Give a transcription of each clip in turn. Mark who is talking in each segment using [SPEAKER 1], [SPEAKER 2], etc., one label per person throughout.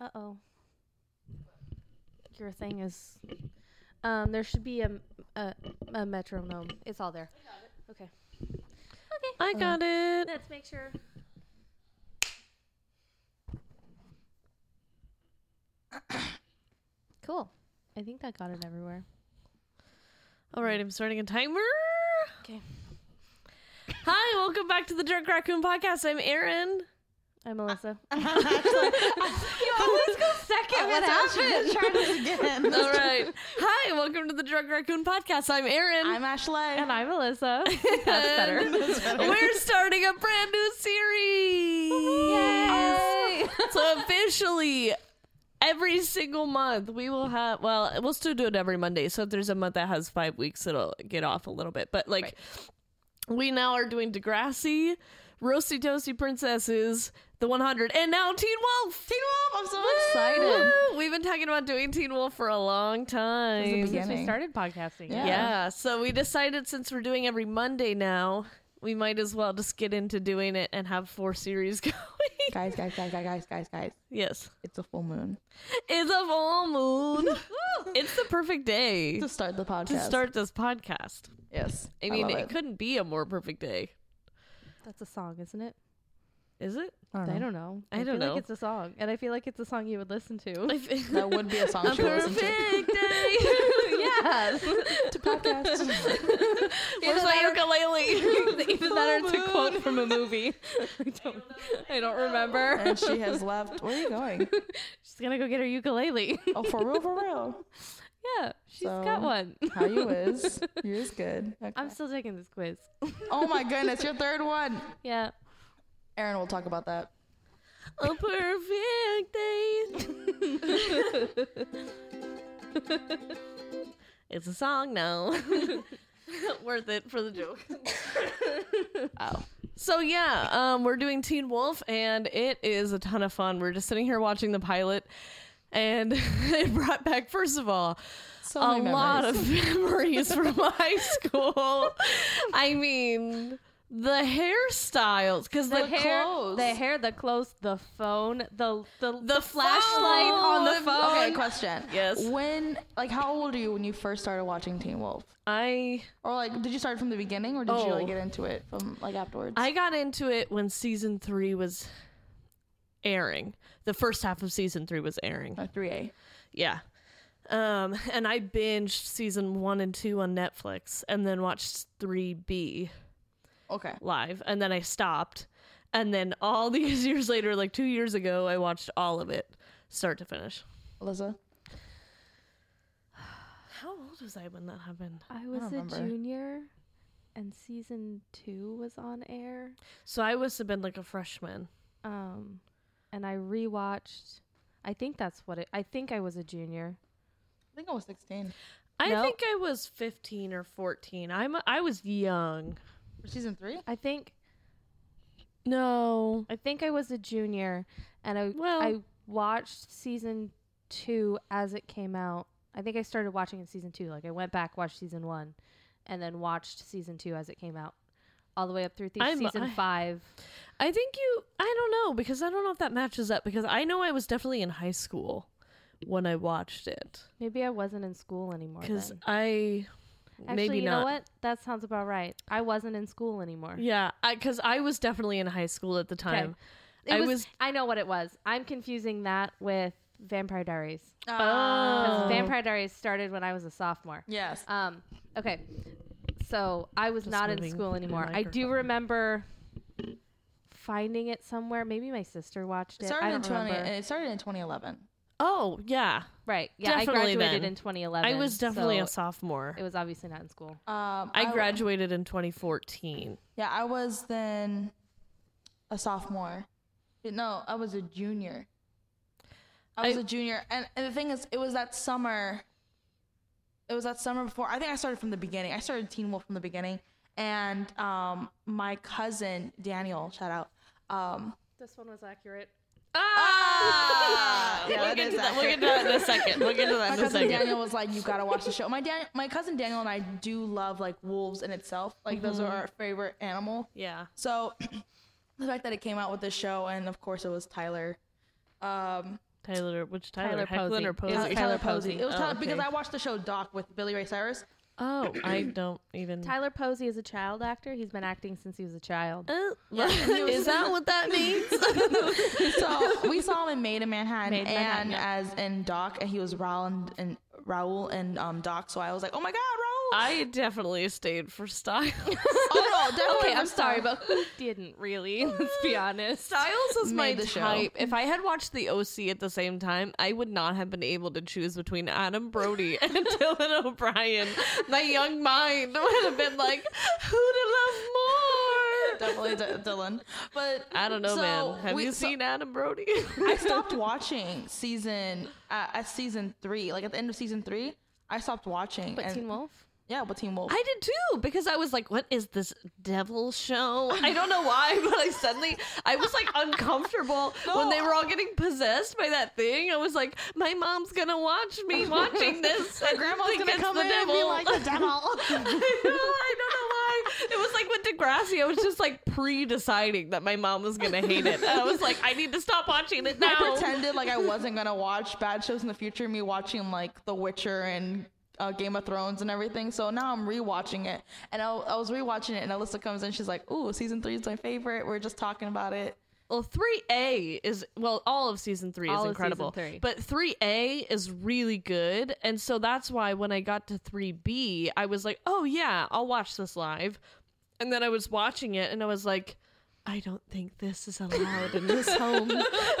[SPEAKER 1] Uh oh. Your thing is. Um, there should be a, m- a, a metronome. It's all there. Okay. Okay.
[SPEAKER 2] I got it.
[SPEAKER 1] Let's make sure. cool. I think that got it everywhere.
[SPEAKER 2] All right, I'm starting a timer.
[SPEAKER 1] Okay.
[SPEAKER 2] Hi, welcome back to the Dark Raccoon Podcast. I'm Erin.
[SPEAKER 1] I'm Melissa. Uh,
[SPEAKER 3] always go second.
[SPEAKER 1] what happened?
[SPEAKER 3] Try this again.
[SPEAKER 2] All right. Hi, welcome to the Drug Raccoon Podcast. I'm Erin.
[SPEAKER 3] I'm Ashley.
[SPEAKER 1] and I'm Melissa.
[SPEAKER 3] That's better.
[SPEAKER 2] We're starting a brand new series. Yes. so officially every single month we will have well we'll still do it every monday so if there's a month that has five weeks it'll get off a little bit but like we now are doing degrassi roasty toasty princesses the 100 and now teen wolf
[SPEAKER 3] Teen Wolf, I'm so excited.
[SPEAKER 2] Woo! we've been talking about doing teen wolf for a long time
[SPEAKER 1] Since we
[SPEAKER 3] Beginning.
[SPEAKER 1] started podcasting.
[SPEAKER 3] Yeah.
[SPEAKER 2] yeah. So we decided since we're doing every Monday now, we might as well just get into doing it and have four series going.
[SPEAKER 3] Guys, guys, guys, guys, guys, guys, guys.
[SPEAKER 2] yes.
[SPEAKER 3] It's a full moon.
[SPEAKER 2] It's a full moon. it's the perfect day
[SPEAKER 3] To start the podcast.
[SPEAKER 2] to start this podcast.
[SPEAKER 3] Yes.
[SPEAKER 2] I mean,
[SPEAKER 3] love
[SPEAKER 2] it couldn't be a more perfect day.
[SPEAKER 1] That's a song, isn't it?
[SPEAKER 2] Is it?
[SPEAKER 3] I don't
[SPEAKER 1] I
[SPEAKER 3] know.
[SPEAKER 1] don't know.
[SPEAKER 2] I don't
[SPEAKER 1] feel
[SPEAKER 2] know.
[SPEAKER 1] Like it's a song, and I feel like it's a song you would listen to.
[SPEAKER 3] That would be a song
[SPEAKER 2] a
[SPEAKER 3] she would listen
[SPEAKER 2] perfect
[SPEAKER 3] to.
[SPEAKER 2] day.
[SPEAKER 1] yeah.
[SPEAKER 3] To podcast.
[SPEAKER 2] Where's my ukulele?
[SPEAKER 1] Even better to quote from a movie. I don't. I don't remember.
[SPEAKER 3] and she has left. Where are you going?
[SPEAKER 1] She's gonna go get her ukulele.
[SPEAKER 3] Oh, for real, for real.
[SPEAKER 1] yeah, she's
[SPEAKER 3] So-
[SPEAKER 1] got one.
[SPEAKER 3] How you is? Yours good. Okay.
[SPEAKER 1] I'm still taking this quiz.
[SPEAKER 3] oh my goodness, your third one.
[SPEAKER 1] Yeah.
[SPEAKER 3] Erin will talk about that.
[SPEAKER 2] a perfect day. it's a song now. Worth it for the joke.
[SPEAKER 3] Oh.
[SPEAKER 2] So yeah, um, we're doing Teen Wolf, and it is a ton of fun. We're just sitting here watching the pilot, and it brought back first of all
[SPEAKER 3] So
[SPEAKER 2] a
[SPEAKER 3] many memories.
[SPEAKER 2] lot of memories from high school. I mean, the hairstyles because the,
[SPEAKER 1] hair,
[SPEAKER 2] clothes,
[SPEAKER 1] the hair, the clothes, the phone, the the, the,
[SPEAKER 2] The
[SPEAKER 1] flashlight on the
[SPEAKER 2] phone!
[SPEAKER 1] phone.
[SPEAKER 3] Okay, question.
[SPEAKER 2] Yes.
[SPEAKER 3] When, like, how old were you when you first started watching Teen Wolf?
[SPEAKER 2] I
[SPEAKER 3] Or like, did you start from the beginning, or did you
[SPEAKER 2] Oh.
[SPEAKER 3] like get into it from like afterwards?
[SPEAKER 2] I got into it when season three was airing. The first half of season three was airing.
[SPEAKER 3] three A.
[SPEAKER 2] Yeah. Um, and I binged season one and two on Netflix and then watched 3B
[SPEAKER 3] Okay.
[SPEAKER 2] live. And then I stopped. And then all these years later, like two years ago, I watched all of it start to finish.
[SPEAKER 3] Alyssa.
[SPEAKER 2] How old was I when that happened?
[SPEAKER 1] I was a
[SPEAKER 3] remember.
[SPEAKER 1] junior, and season two was on air.
[SPEAKER 2] So I must have been like a freshman.
[SPEAKER 1] Um, and I rewatched. I think that's what it. I think I was a junior.
[SPEAKER 3] I think I was 16.
[SPEAKER 2] I
[SPEAKER 1] No.
[SPEAKER 2] think I was 15 or 14. I'm I was young.
[SPEAKER 3] For season three?
[SPEAKER 1] I think
[SPEAKER 2] No.
[SPEAKER 1] I think I was a junior, and I
[SPEAKER 2] Well-
[SPEAKER 1] I watched season two as it came out. I think I started watching in season two. Like I went back, watched season one, and then watched season two as it came out, all the way up through the
[SPEAKER 2] I'm-
[SPEAKER 1] season
[SPEAKER 2] I-
[SPEAKER 1] five.
[SPEAKER 2] I think you. I don't know because I don't know if that matches up because I know I was definitely in high school when I watched it
[SPEAKER 1] Maybe I wasn't in school anymore.
[SPEAKER 2] because
[SPEAKER 1] then.
[SPEAKER 2] I
[SPEAKER 1] Actually,
[SPEAKER 2] maybe
[SPEAKER 1] you
[SPEAKER 2] not.
[SPEAKER 1] know what? That sounds about right. I wasn't in school anymore.
[SPEAKER 2] Yeah, because I, was definitely in high school at the time.
[SPEAKER 1] It
[SPEAKER 2] I
[SPEAKER 1] was,
[SPEAKER 2] was-
[SPEAKER 1] I know what it was. I'm confusing that with Vampire Diaries.
[SPEAKER 2] Oh.
[SPEAKER 3] Ah.
[SPEAKER 1] 'Cause Vampire Diaries started when I was a sophomore.
[SPEAKER 3] Yes.
[SPEAKER 1] Um, okay. So I was
[SPEAKER 2] Just
[SPEAKER 1] not in
[SPEAKER 2] moving
[SPEAKER 1] school
[SPEAKER 2] the
[SPEAKER 1] anymore. I do
[SPEAKER 2] microphone.
[SPEAKER 1] remember finding it somewhere. Maybe my sister watched
[SPEAKER 3] It
[SPEAKER 1] it.
[SPEAKER 3] started
[SPEAKER 1] I
[SPEAKER 3] in eh,
[SPEAKER 1] don't
[SPEAKER 3] 20.
[SPEAKER 1] remember.
[SPEAKER 3] It started in 2011.
[SPEAKER 2] Oh yeah,
[SPEAKER 1] right. Yeah, I
[SPEAKER 2] Definitely
[SPEAKER 1] graduated
[SPEAKER 2] then.
[SPEAKER 1] in 2011.
[SPEAKER 2] I was definitely
[SPEAKER 1] so
[SPEAKER 2] a sophomore.
[SPEAKER 1] It was obviously not in school.
[SPEAKER 3] Um,
[SPEAKER 2] I
[SPEAKER 3] wa-
[SPEAKER 2] graduated in 2014.
[SPEAKER 3] Yeah, I was then a sophomore. No, I was a junior. I was
[SPEAKER 2] I-
[SPEAKER 3] a junior, and, and the thing is, it was that summer. It was that summer before. I think I started from the beginning. I started Teen Wolf from the beginning, and um, my cousin Daniel, shout out. Um,
[SPEAKER 1] This one was accurate.
[SPEAKER 3] ah,
[SPEAKER 2] we'll, get to that, we'll get to that in a second. We'll get to that
[SPEAKER 3] my
[SPEAKER 2] in a
[SPEAKER 3] cousin
[SPEAKER 2] second.
[SPEAKER 3] Daniel was like, "You gotta watch the show." My Dan- my cousin Daniel and I do love like wolves in itself. Like those
[SPEAKER 2] Mm-hmm.
[SPEAKER 3] are our favorite animal.
[SPEAKER 2] Yeah.
[SPEAKER 3] So the fact that it came out with this show, and of course it was Tyler. Um,
[SPEAKER 2] Tyler, which
[SPEAKER 1] Tyler
[SPEAKER 2] Tyler, Hoechlin
[SPEAKER 1] Posey. It
[SPEAKER 2] or
[SPEAKER 3] It
[SPEAKER 1] was
[SPEAKER 3] was
[SPEAKER 2] Posey?
[SPEAKER 3] Tyler Posey. It was
[SPEAKER 2] Oh,
[SPEAKER 3] Tyler because
[SPEAKER 2] okay.
[SPEAKER 3] I watched the show Doc with Billy Ray Cyrus.
[SPEAKER 2] Oh, I don't even.
[SPEAKER 1] Tyler Posey is a child actor. He's been acting since he was a child.
[SPEAKER 2] Oh,
[SPEAKER 3] he was-
[SPEAKER 2] is that what that means?
[SPEAKER 3] So we saw him in Made in Manhattan
[SPEAKER 1] Made in
[SPEAKER 3] and
[SPEAKER 1] Manhattan, yeah.
[SPEAKER 3] as in Doc, and he was Raul and, and Raul and um, Doc. So I was like, oh my god, Raul!
[SPEAKER 2] I definitely stayed for style.
[SPEAKER 3] oh no, definitely
[SPEAKER 1] Okay, I'm
[SPEAKER 3] Ripsaw.
[SPEAKER 1] sorry, but who didn't really? Let's be honest.
[SPEAKER 2] Styles is my
[SPEAKER 3] Made the show.
[SPEAKER 2] type. If I had watched the OC at the same time, I would not have been able to choose between Adam Brody and Dylan O'Brien. My young mind would have been like, who to love more?
[SPEAKER 3] definitely D- Dylan. But
[SPEAKER 2] I don't know,
[SPEAKER 3] so
[SPEAKER 2] man. Have
[SPEAKER 3] we-
[SPEAKER 2] you
[SPEAKER 3] so-
[SPEAKER 2] seen Adam Brody?
[SPEAKER 3] I stopped watching season uh, at season three, like at the end of season three. I stopped watching.
[SPEAKER 1] But
[SPEAKER 3] and-
[SPEAKER 1] Teen Wolf?
[SPEAKER 3] Yeah, but Teen Wolf.
[SPEAKER 2] I did too because I was like, "What is this devil show?" I don't know why, but I suddenly I was like uncomfortable when they were all getting possessed by that thing. I was like, "My mom's gonna watch me watching this." My
[SPEAKER 3] grandma's gonna come in and be like, "The
[SPEAKER 2] devil." I know. I don't know why. It was like with Degrassi. I was just like pre-deciding that my mom was gonna hate it. And I was like, "I need to stop watching it now."
[SPEAKER 3] I pretended like I wasn't gonna watch bad shows in the future. Me watching like The Witcher and uh, Game of Thrones and everything. So now I'm rewatching it, and I, I was rewatching it, and Alyssa comes in, she's like, "Ooh, season three is my favorite. We're just talking about it."
[SPEAKER 2] Well, three A is well, all of season three
[SPEAKER 1] All
[SPEAKER 2] is
[SPEAKER 1] of
[SPEAKER 2] incredible.
[SPEAKER 1] season three.
[SPEAKER 2] But three A is really good, and so that's why when I got to three B, I was like, oh yeah, I'll watch this live. And then I was watching it, and I was like, I don't think this is allowed in this home.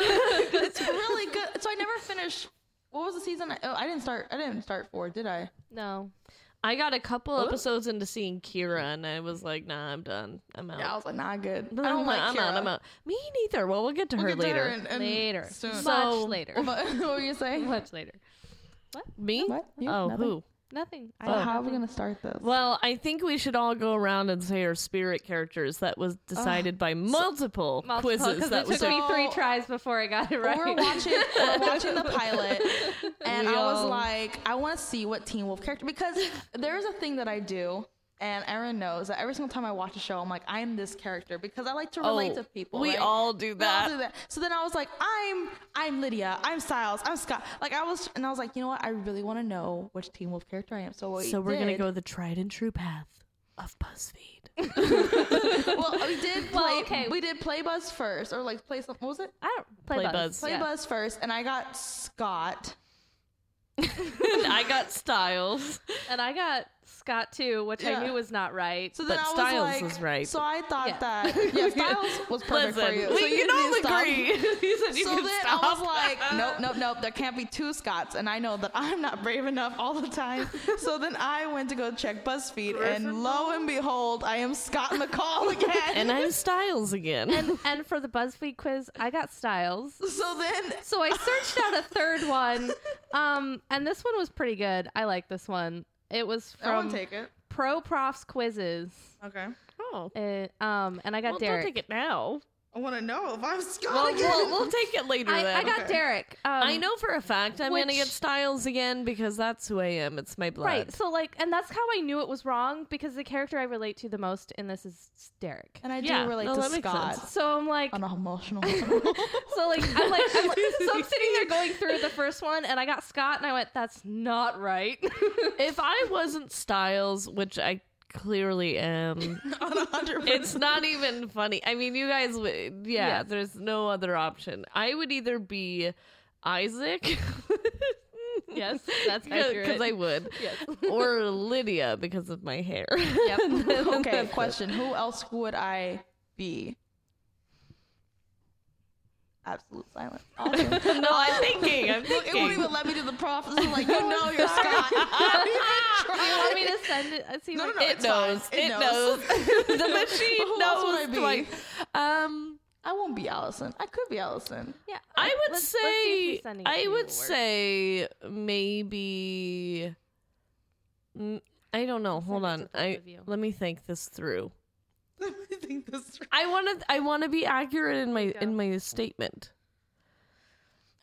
[SPEAKER 3] It's really good. So I never finished. What was the season? I, oh, I didn't start. I didn't start four, did I?
[SPEAKER 1] No.
[SPEAKER 2] I got a couple episodes into seeing Kira, and I was like, nah, I'm done. I'm out.
[SPEAKER 3] Yeah, I was like, not good.
[SPEAKER 2] No,
[SPEAKER 3] I don't
[SPEAKER 2] I'm
[SPEAKER 3] like
[SPEAKER 2] out, I'm
[SPEAKER 3] Kira.
[SPEAKER 2] out. I'm out. Me neither. Well, we'll get to her
[SPEAKER 3] We'll get to
[SPEAKER 2] later.
[SPEAKER 3] and- and
[SPEAKER 1] Later.
[SPEAKER 3] Soon.
[SPEAKER 1] Much
[SPEAKER 2] So-
[SPEAKER 1] later.
[SPEAKER 3] But what were you saying?
[SPEAKER 1] Much later.
[SPEAKER 2] Me?
[SPEAKER 3] What? You?
[SPEAKER 2] Oh,
[SPEAKER 3] Nothing?
[SPEAKER 2] who?
[SPEAKER 1] Nothing. I
[SPEAKER 3] So
[SPEAKER 1] don't
[SPEAKER 3] how are
[SPEAKER 1] know.
[SPEAKER 3] we gonna start this?
[SPEAKER 2] Well, I think we should all go around and say our spirit characters that was decided by multiple,
[SPEAKER 1] Multiple, 'cause
[SPEAKER 2] quizzes. That
[SPEAKER 1] it
[SPEAKER 2] was
[SPEAKER 1] took me
[SPEAKER 3] so-
[SPEAKER 1] three tries before I got it right.
[SPEAKER 3] We're watching we're watching the pilot and
[SPEAKER 2] We
[SPEAKER 3] I was
[SPEAKER 2] all-
[SPEAKER 3] like, I wanna see what Teen Wolf character because there is a thing that I do and Erin knows that every single time I watch a show, I'm like, I'm this character because I like to relate to people.
[SPEAKER 2] oh, We
[SPEAKER 3] right?
[SPEAKER 2] all do
[SPEAKER 3] We all
[SPEAKER 2] that.
[SPEAKER 3] do that. So then I was like, I'm I'm Lydia, I'm Styles, I'm Scott. Like I was and I was like, you know what? I really wanna know which Teen Wolf character I am. So what
[SPEAKER 2] So
[SPEAKER 3] we
[SPEAKER 2] we're gonna
[SPEAKER 3] did-
[SPEAKER 2] go the tried and true path of BuzzFeed.
[SPEAKER 3] Well we did play
[SPEAKER 1] Well, okay.
[SPEAKER 3] we did play Buzz first or like play some what was it?
[SPEAKER 1] I don't play,
[SPEAKER 2] Play
[SPEAKER 1] buzz.
[SPEAKER 2] Buzz.
[SPEAKER 3] Play
[SPEAKER 1] Yeah.
[SPEAKER 3] Buzz first and I got Scott.
[SPEAKER 2] and I got Styles.
[SPEAKER 1] And I got Scott too, which
[SPEAKER 3] Yeah.
[SPEAKER 1] I knew was not right.
[SPEAKER 3] So then
[SPEAKER 2] But
[SPEAKER 3] I
[SPEAKER 2] Styles
[SPEAKER 3] was like,
[SPEAKER 2] was right.
[SPEAKER 3] So I thought
[SPEAKER 1] Yeah.
[SPEAKER 3] that yeah, Styles was perfect
[SPEAKER 2] Listen,
[SPEAKER 3] for you.
[SPEAKER 2] we
[SPEAKER 3] so
[SPEAKER 2] can
[SPEAKER 3] you didn't
[SPEAKER 2] all
[SPEAKER 3] need to stop.
[SPEAKER 2] agree. he said you
[SPEAKER 3] So
[SPEAKER 2] can
[SPEAKER 3] then
[SPEAKER 2] stop.
[SPEAKER 3] I was like, nope, nope, nope. There can't be two Scots, and I know that I'm not brave enough all the time. So then I went to go check BuzzFeed, and lo and behold, I am Scott McCall again.
[SPEAKER 2] and I'm Styles again.
[SPEAKER 1] and, and for the BuzzFeed quiz, I got Styles.
[SPEAKER 3] so then
[SPEAKER 1] So I searched out a third one, um, and this one was pretty good. I like this one. It was
[SPEAKER 3] I
[SPEAKER 1] from
[SPEAKER 3] won't take it.
[SPEAKER 1] Pro Profs Quizzes,
[SPEAKER 3] Okay,
[SPEAKER 2] oh,
[SPEAKER 1] uh, um, and I got
[SPEAKER 2] well, don't
[SPEAKER 1] Derek. Oh,
[SPEAKER 2] take it now.
[SPEAKER 3] I want to know if I'm Scott
[SPEAKER 2] Well,
[SPEAKER 3] again.
[SPEAKER 2] we'll, we'll take it later.
[SPEAKER 1] I,
[SPEAKER 2] then.
[SPEAKER 1] I got
[SPEAKER 3] Okay.
[SPEAKER 1] Derek. Um,
[SPEAKER 2] I know for a fact I'm gonna
[SPEAKER 1] Which-
[SPEAKER 2] get Styles again because that's who I am. It's my blood.
[SPEAKER 1] Right. So like, and that's how I knew it was wrong because the character I relate to the most in this is Derek.
[SPEAKER 3] and I do
[SPEAKER 2] Yeah,
[SPEAKER 3] relate
[SPEAKER 2] no,
[SPEAKER 3] to
[SPEAKER 2] that makes
[SPEAKER 3] Scott
[SPEAKER 2] sense.
[SPEAKER 1] So I'm like,
[SPEAKER 3] on an emotional. level.
[SPEAKER 1] so like, I'm like, I'm like- so I'm sitting there going through the first one, and I got Scott, and I went, "That's not right."
[SPEAKER 2] if I wasn't Styles, which I clearly am,
[SPEAKER 3] on a hundred. percent.
[SPEAKER 2] it's not even funny. I mean, you guys, would, yeah,
[SPEAKER 1] Yeah.
[SPEAKER 2] there's no other option. I would either be Isaac.
[SPEAKER 1] Yes, that's
[SPEAKER 2] Because
[SPEAKER 1] accurate.
[SPEAKER 2] I would.
[SPEAKER 1] Yes.
[SPEAKER 2] or Lydia because of my hair.
[SPEAKER 1] yep.
[SPEAKER 3] Okay, question. Who else would I be? Absolute silence. Awesome.
[SPEAKER 2] no, I'm thinking. I'm
[SPEAKER 3] Look, it won't
[SPEAKER 2] thinking.
[SPEAKER 3] even let me do the prompt. It's like, you know you're Scott.
[SPEAKER 1] Do you want me to send it? uh, See,
[SPEAKER 3] No, no,
[SPEAKER 1] like,
[SPEAKER 3] no.
[SPEAKER 2] It
[SPEAKER 3] It's fine.
[SPEAKER 2] knows.
[SPEAKER 3] It
[SPEAKER 2] It,
[SPEAKER 3] knows.
[SPEAKER 2] knows. the
[SPEAKER 3] But
[SPEAKER 2] machine
[SPEAKER 3] who else would I
[SPEAKER 2] knows.
[SPEAKER 3] be?
[SPEAKER 2] twice. Um.
[SPEAKER 3] I won't be Allison. I could be Allison.
[SPEAKER 1] Yeah,
[SPEAKER 2] I would
[SPEAKER 1] let's-
[SPEAKER 2] say
[SPEAKER 1] let's see if he's sending it to
[SPEAKER 2] I
[SPEAKER 1] you
[SPEAKER 2] would
[SPEAKER 1] or-
[SPEAKER 2] say maybe Mm, I don't know. Hold
[SPEAKER 1] Send it
[SPEAKER 2] on.
[SPEAKER 1] to both
[SPEAKER 2] I
[SPEAKER 1] of you.
[SPEAKER 2] let me think this through.
[SPEAKER 3] Let me think this through.
[SPEAKER 2] I want to I want to be accurate in my in my statement.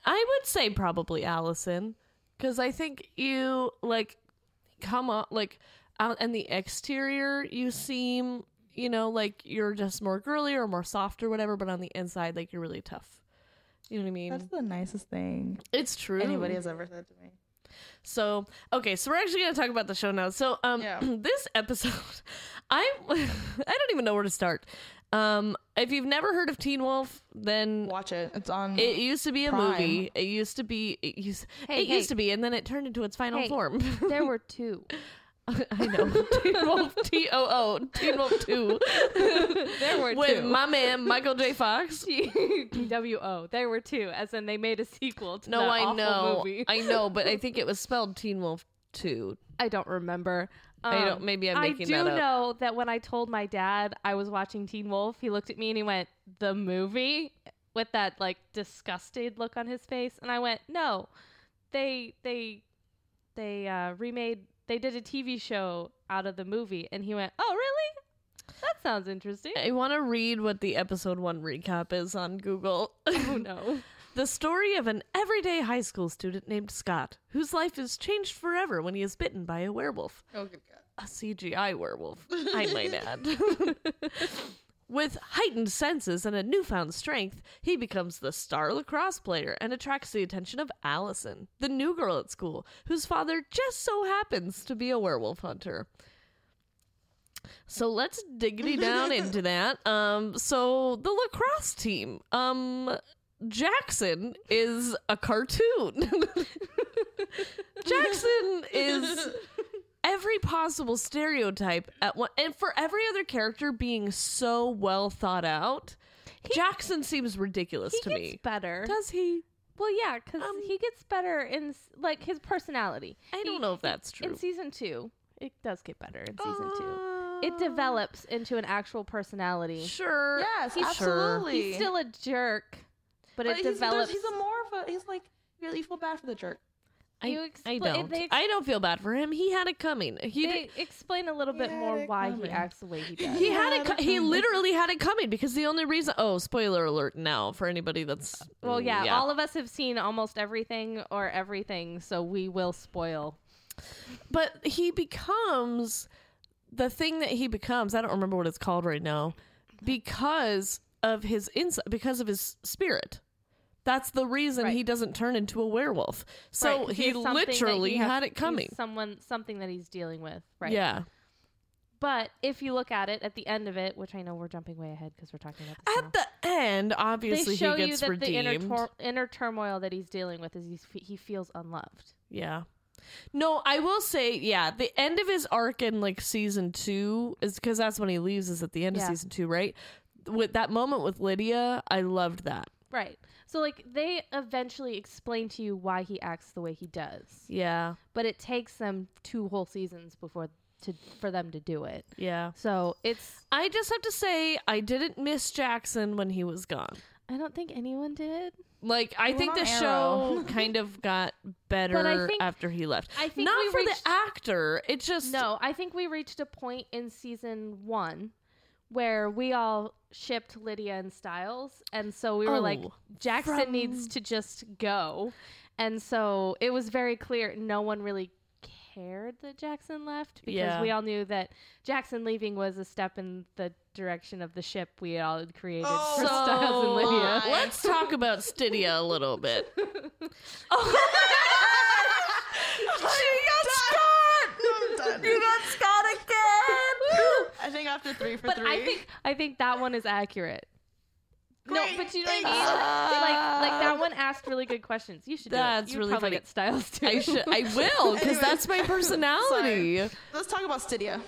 [SPEAKER 2] I would say probably Allison cuz I think you like come on like out in the exterior you seem, you know, like you're just more girly or more soft or whatever, but on the inside like you're really tough. You know what I mean?
[SPEAKER 3] That's the nicest thing
[SPEAKER 2] it's true.
[SPEAKER 3] anybody has ever said to me.
[SPEAKER 2] So okay, so we're actually gonna talk about the show now. So um,
[SPEAKER 3] Yeah.
[SPEAKER 2] this episode, I I don't even know where to start. Um, if you've never heard of Teen Wolf, then
[SPEAKER 3] Watch it. It's on.
[SPEAKER 2] it used to be a
[SPEAKER 3] Prime.
[SPEAKER 2] movie. It used to be it used
[SPEAKER 1] Hey,
[SPEAKER 2] it
[SPEAKER 1] hey.
[SPEAKER 2] used to be, and then it turned into its final
[SPEAKER 1] Hey.
[SPEAKER 2] form.
[SPEAKER 1] There were two.
[SPEAKER 2] I know Teen Wolf T O O Teen Wolf Two
[SPEAKER 1] There were
[SPEAKER 2] with
[SPEAKER 1] two.
[SPEAKER 2] my man Michael J Fox.
[SPEAKER 1] TWO. There were two, as in they made a sequel to
[SPEAKER 2] No,
[SPEAKER 1] that
[SPEAKER 2] I
[SPEAKER 1] awful
[SPEAKER 2] know,
[SPEAKER 1] movie.
[SPEAKER 2] I know, but I think it was spelled Teen Wolf Two.
[SPEAKER 1] I don't remember. Um,
[SPEAKER 2] I Oh, don't- maybe I'm making
[SPEAKER 1] I do
[SPEAKER 2] that up.
[SPEAKER 1] know that when I told my dad I was watching Teen Wolf, he looked at me and he went, "The movie," with that like disgusted look on his face, and I went, "No, they they they uh, remade. They did a TV show out of the movie," and he went, "Oh, really? That sounds interesting."
[SPEAKER 2] I want to read what the episode one recap is on Google.
[SPEAKER 1] oh no.
[SPEAKER 2] The story of an everyday high school student named Scott, whose life is changed forever when he is bitten by a werewolf.
[SPEAKER 3] Oh, good God.
[SPEAKER 2] A CGI werewolf, I might add. With heightened senses and a newfound strength, he becomes the star lacrosse player and attracts the attention of Allison, the new girl at school, whose father just so happens to be a werewolf hunter. So let's diggity down into that. Um, so the lacrosse team, um, Jackson is a cartoon. Jackson is every possible stereotype at one, and for every other character being so well thought out. Jackson seems ridiculous
[SPEAKER 1] He
[SPEAKER 2] to
[SPEAKER 1] gets
[SPEAKER 2] me.
[SPEAKER 1] better.
[SPEAKER 2] Does he?
[SPEAKER 1] Well, yeah, because
[SPEAKER 2] Um,
[SPEAKER 1] he gets better in s- like his personality.
[SPEAKER 2] I
[SPEAKER 1] He-
[SPEAKER 2] don't know if that's true.
[SPEAKER 1] In season two, it does get better in season two.
[SPEAKER 2] Uh,
[SPEAKER 1] It develops into an actual personality.
[SPEAKER 2] Sure.
[SPEAKER 3] Yes,
[SPEAKER 2] He's-
[SPEAKER 3] absolutely.
[SPEAKER 1] He's still a jerk, but, it
[SPEAKER 3] he's, there's-
[SPEAKER 1] develops.
[SPEAKER 3] He's a more of a. He's like really you feel bad for the jerk.
[SPEAKER 2] I,
[SPEAKER 1] You
[SPEAKER 2] I
[SPEAKER 1] expla-
[SPEAKER 2] don't.
[SPEAKER 1] they ex-
[SPEAKER 2] I don't feel bad for him. He had it coming. He did-
[SPEAKER 1] they explain a little bit
[SPEAKER 3] Yeah,
[SPEAKER 1] more
[SPEAKER 3] they
[SPEAKER 1] why he
[SPEAKER 3] comment.
[SPEAKER 1] acts the way he does.
[SPEAKER 2] he had it.
[SPEAKER 3] had it
[SPEAKER 2] Co- he
[SPEAKER 3] coming.
[SPEAKER 2] literally had it coming because the only reason. Oh, spoiler alert! Now for anybody that's
[SPEAKER 1] well,
[SPEAKER 2] mm,
[SPEAKER 1] yeah, all of us have seen almost everything or everything, so we will spoil.
[SPEAKER 2] but he becomes the thing that he becomes. I don't remember what it's called right now because of his inside because of his spirit. That's the reason
[SPEAKER 1] Right.
[SPEAKER 2] he doesn't turn into a werewolf. So
[SPEAKER 1] Right, 'cause
[SPEAKER 2] he
[SPEAKER 1] it's something that
[SPEAKER 2] literally
[SPEAKER 1] has-
[SPEAKER 2] had it
[SPEAKER 1] he's
[SPEAKER 2] coming.
[SPEAKER 1] Someone, something that he's dealing with, right?
[SPEAKER 2] Yeah.
[SPEAKER 1] But if you look at it at the end of it, which I know we're jumping way ahead because we're talking about this now.
[SPEAKER 2] At the end, obviously
[SPEAKER 1] they show
[SPEAKER 2] he
[SPEAKER 1] you
[SPEAKER 2] gets
[SPEAKER 1] that the
[SPEAKER 2] redeemed.
[SPEAKER 1] inner, tor- inner turmoil that he's dealing with is he's, he feels unloved.
[SPEAKER 2] yeah. No, I will say, yeah, the end of his arc in like season two is because that's when he leaves. Is at the end
[SPEAKER 1] Yeah.
[SPEAKER 2] of season two, right? With that moment with Lydia, I loved that.
[SPEAKER 1] Right. So like they eventually explain to you why he acts the way he does,
[SPEAKER 2] Yeah,
[SPEAKER 1] but it takes them two whole seasons before to for them to do it.
[SPEAKER 2] yeah.
[SPEAKER 1] So it's
[SPEAKER 2] I just have to say, I didn't miss Jackson when he was gone.
[SPEAKER 1] I don't think anyone did.
[SPEAKER 2] Like, I
[SPEAKER 3] He
[SPEAKER 2] think
[SPEAKER 3] went
[SPEAKER 2] the
[SPEAKER 3] on
[SPEAKER 2] show kind of got better
[SPEAKER 1] think-
[SPEAKER 2] after he left.
[SPEAKER 1] I think
[SPEAKER 2] Not
[SPEAKER 1] we
[SPEAKER 2] for
[SPEAKER 1] reached-
[SPEAKER 2] the actor. It just
[SPEAKER 1] No, I think we reached a point in season 1 where we all shipped Lydia and Styles and so we were like
[SPEAKER 2] Oh,
[SPEAKER 1] Jackson
[SPEAKER 2] from-
[SPEAKER 1] needs to just go. And so it was very clear no one really cared that Jackson left because
[SPEAKER 2] Yeah.
[SPEAKER 1] we all knew that Jackson leaving was a step in the direction of the ship we all had created
[SPEAKER 3] Oh,
[SPEAKER 1] for Styles and
[SPEAKER 2] So,
[SPEAKER 1] Lydia.
[SPEAKER 3] my.
[SPEAKER 2] Let's talk about Stydia a little bit.
[SPEAKER 3] She got Scott. You got Scott again. I think after three for
[SPEAKER 1] But
[SPEAKER 3] three.
[SPEAKER 1] I think I think that one is accurate.
[SPEAKER 3] Great, Uh,
[SPEAKER 1] No, but you know what
[SPEAKER 3] thanks.
[SPEAKER 1] I mean. like, like that one asked really good questions. You should. do it.
[SPEAKER 2] That's
[SPEAKER 1] You'd
[SPEAKER 2] really
[SPEAKER 1] probably
[SPEAKER 2] funny.
[SPEAKER 1] get styles too.
[SPEAKER 2] I should, I will, because
[SPEAKER 3] Anyway.
[SPEAKER 2] that's my personality.
[SPEAKER 3] Let's talk about Stydia.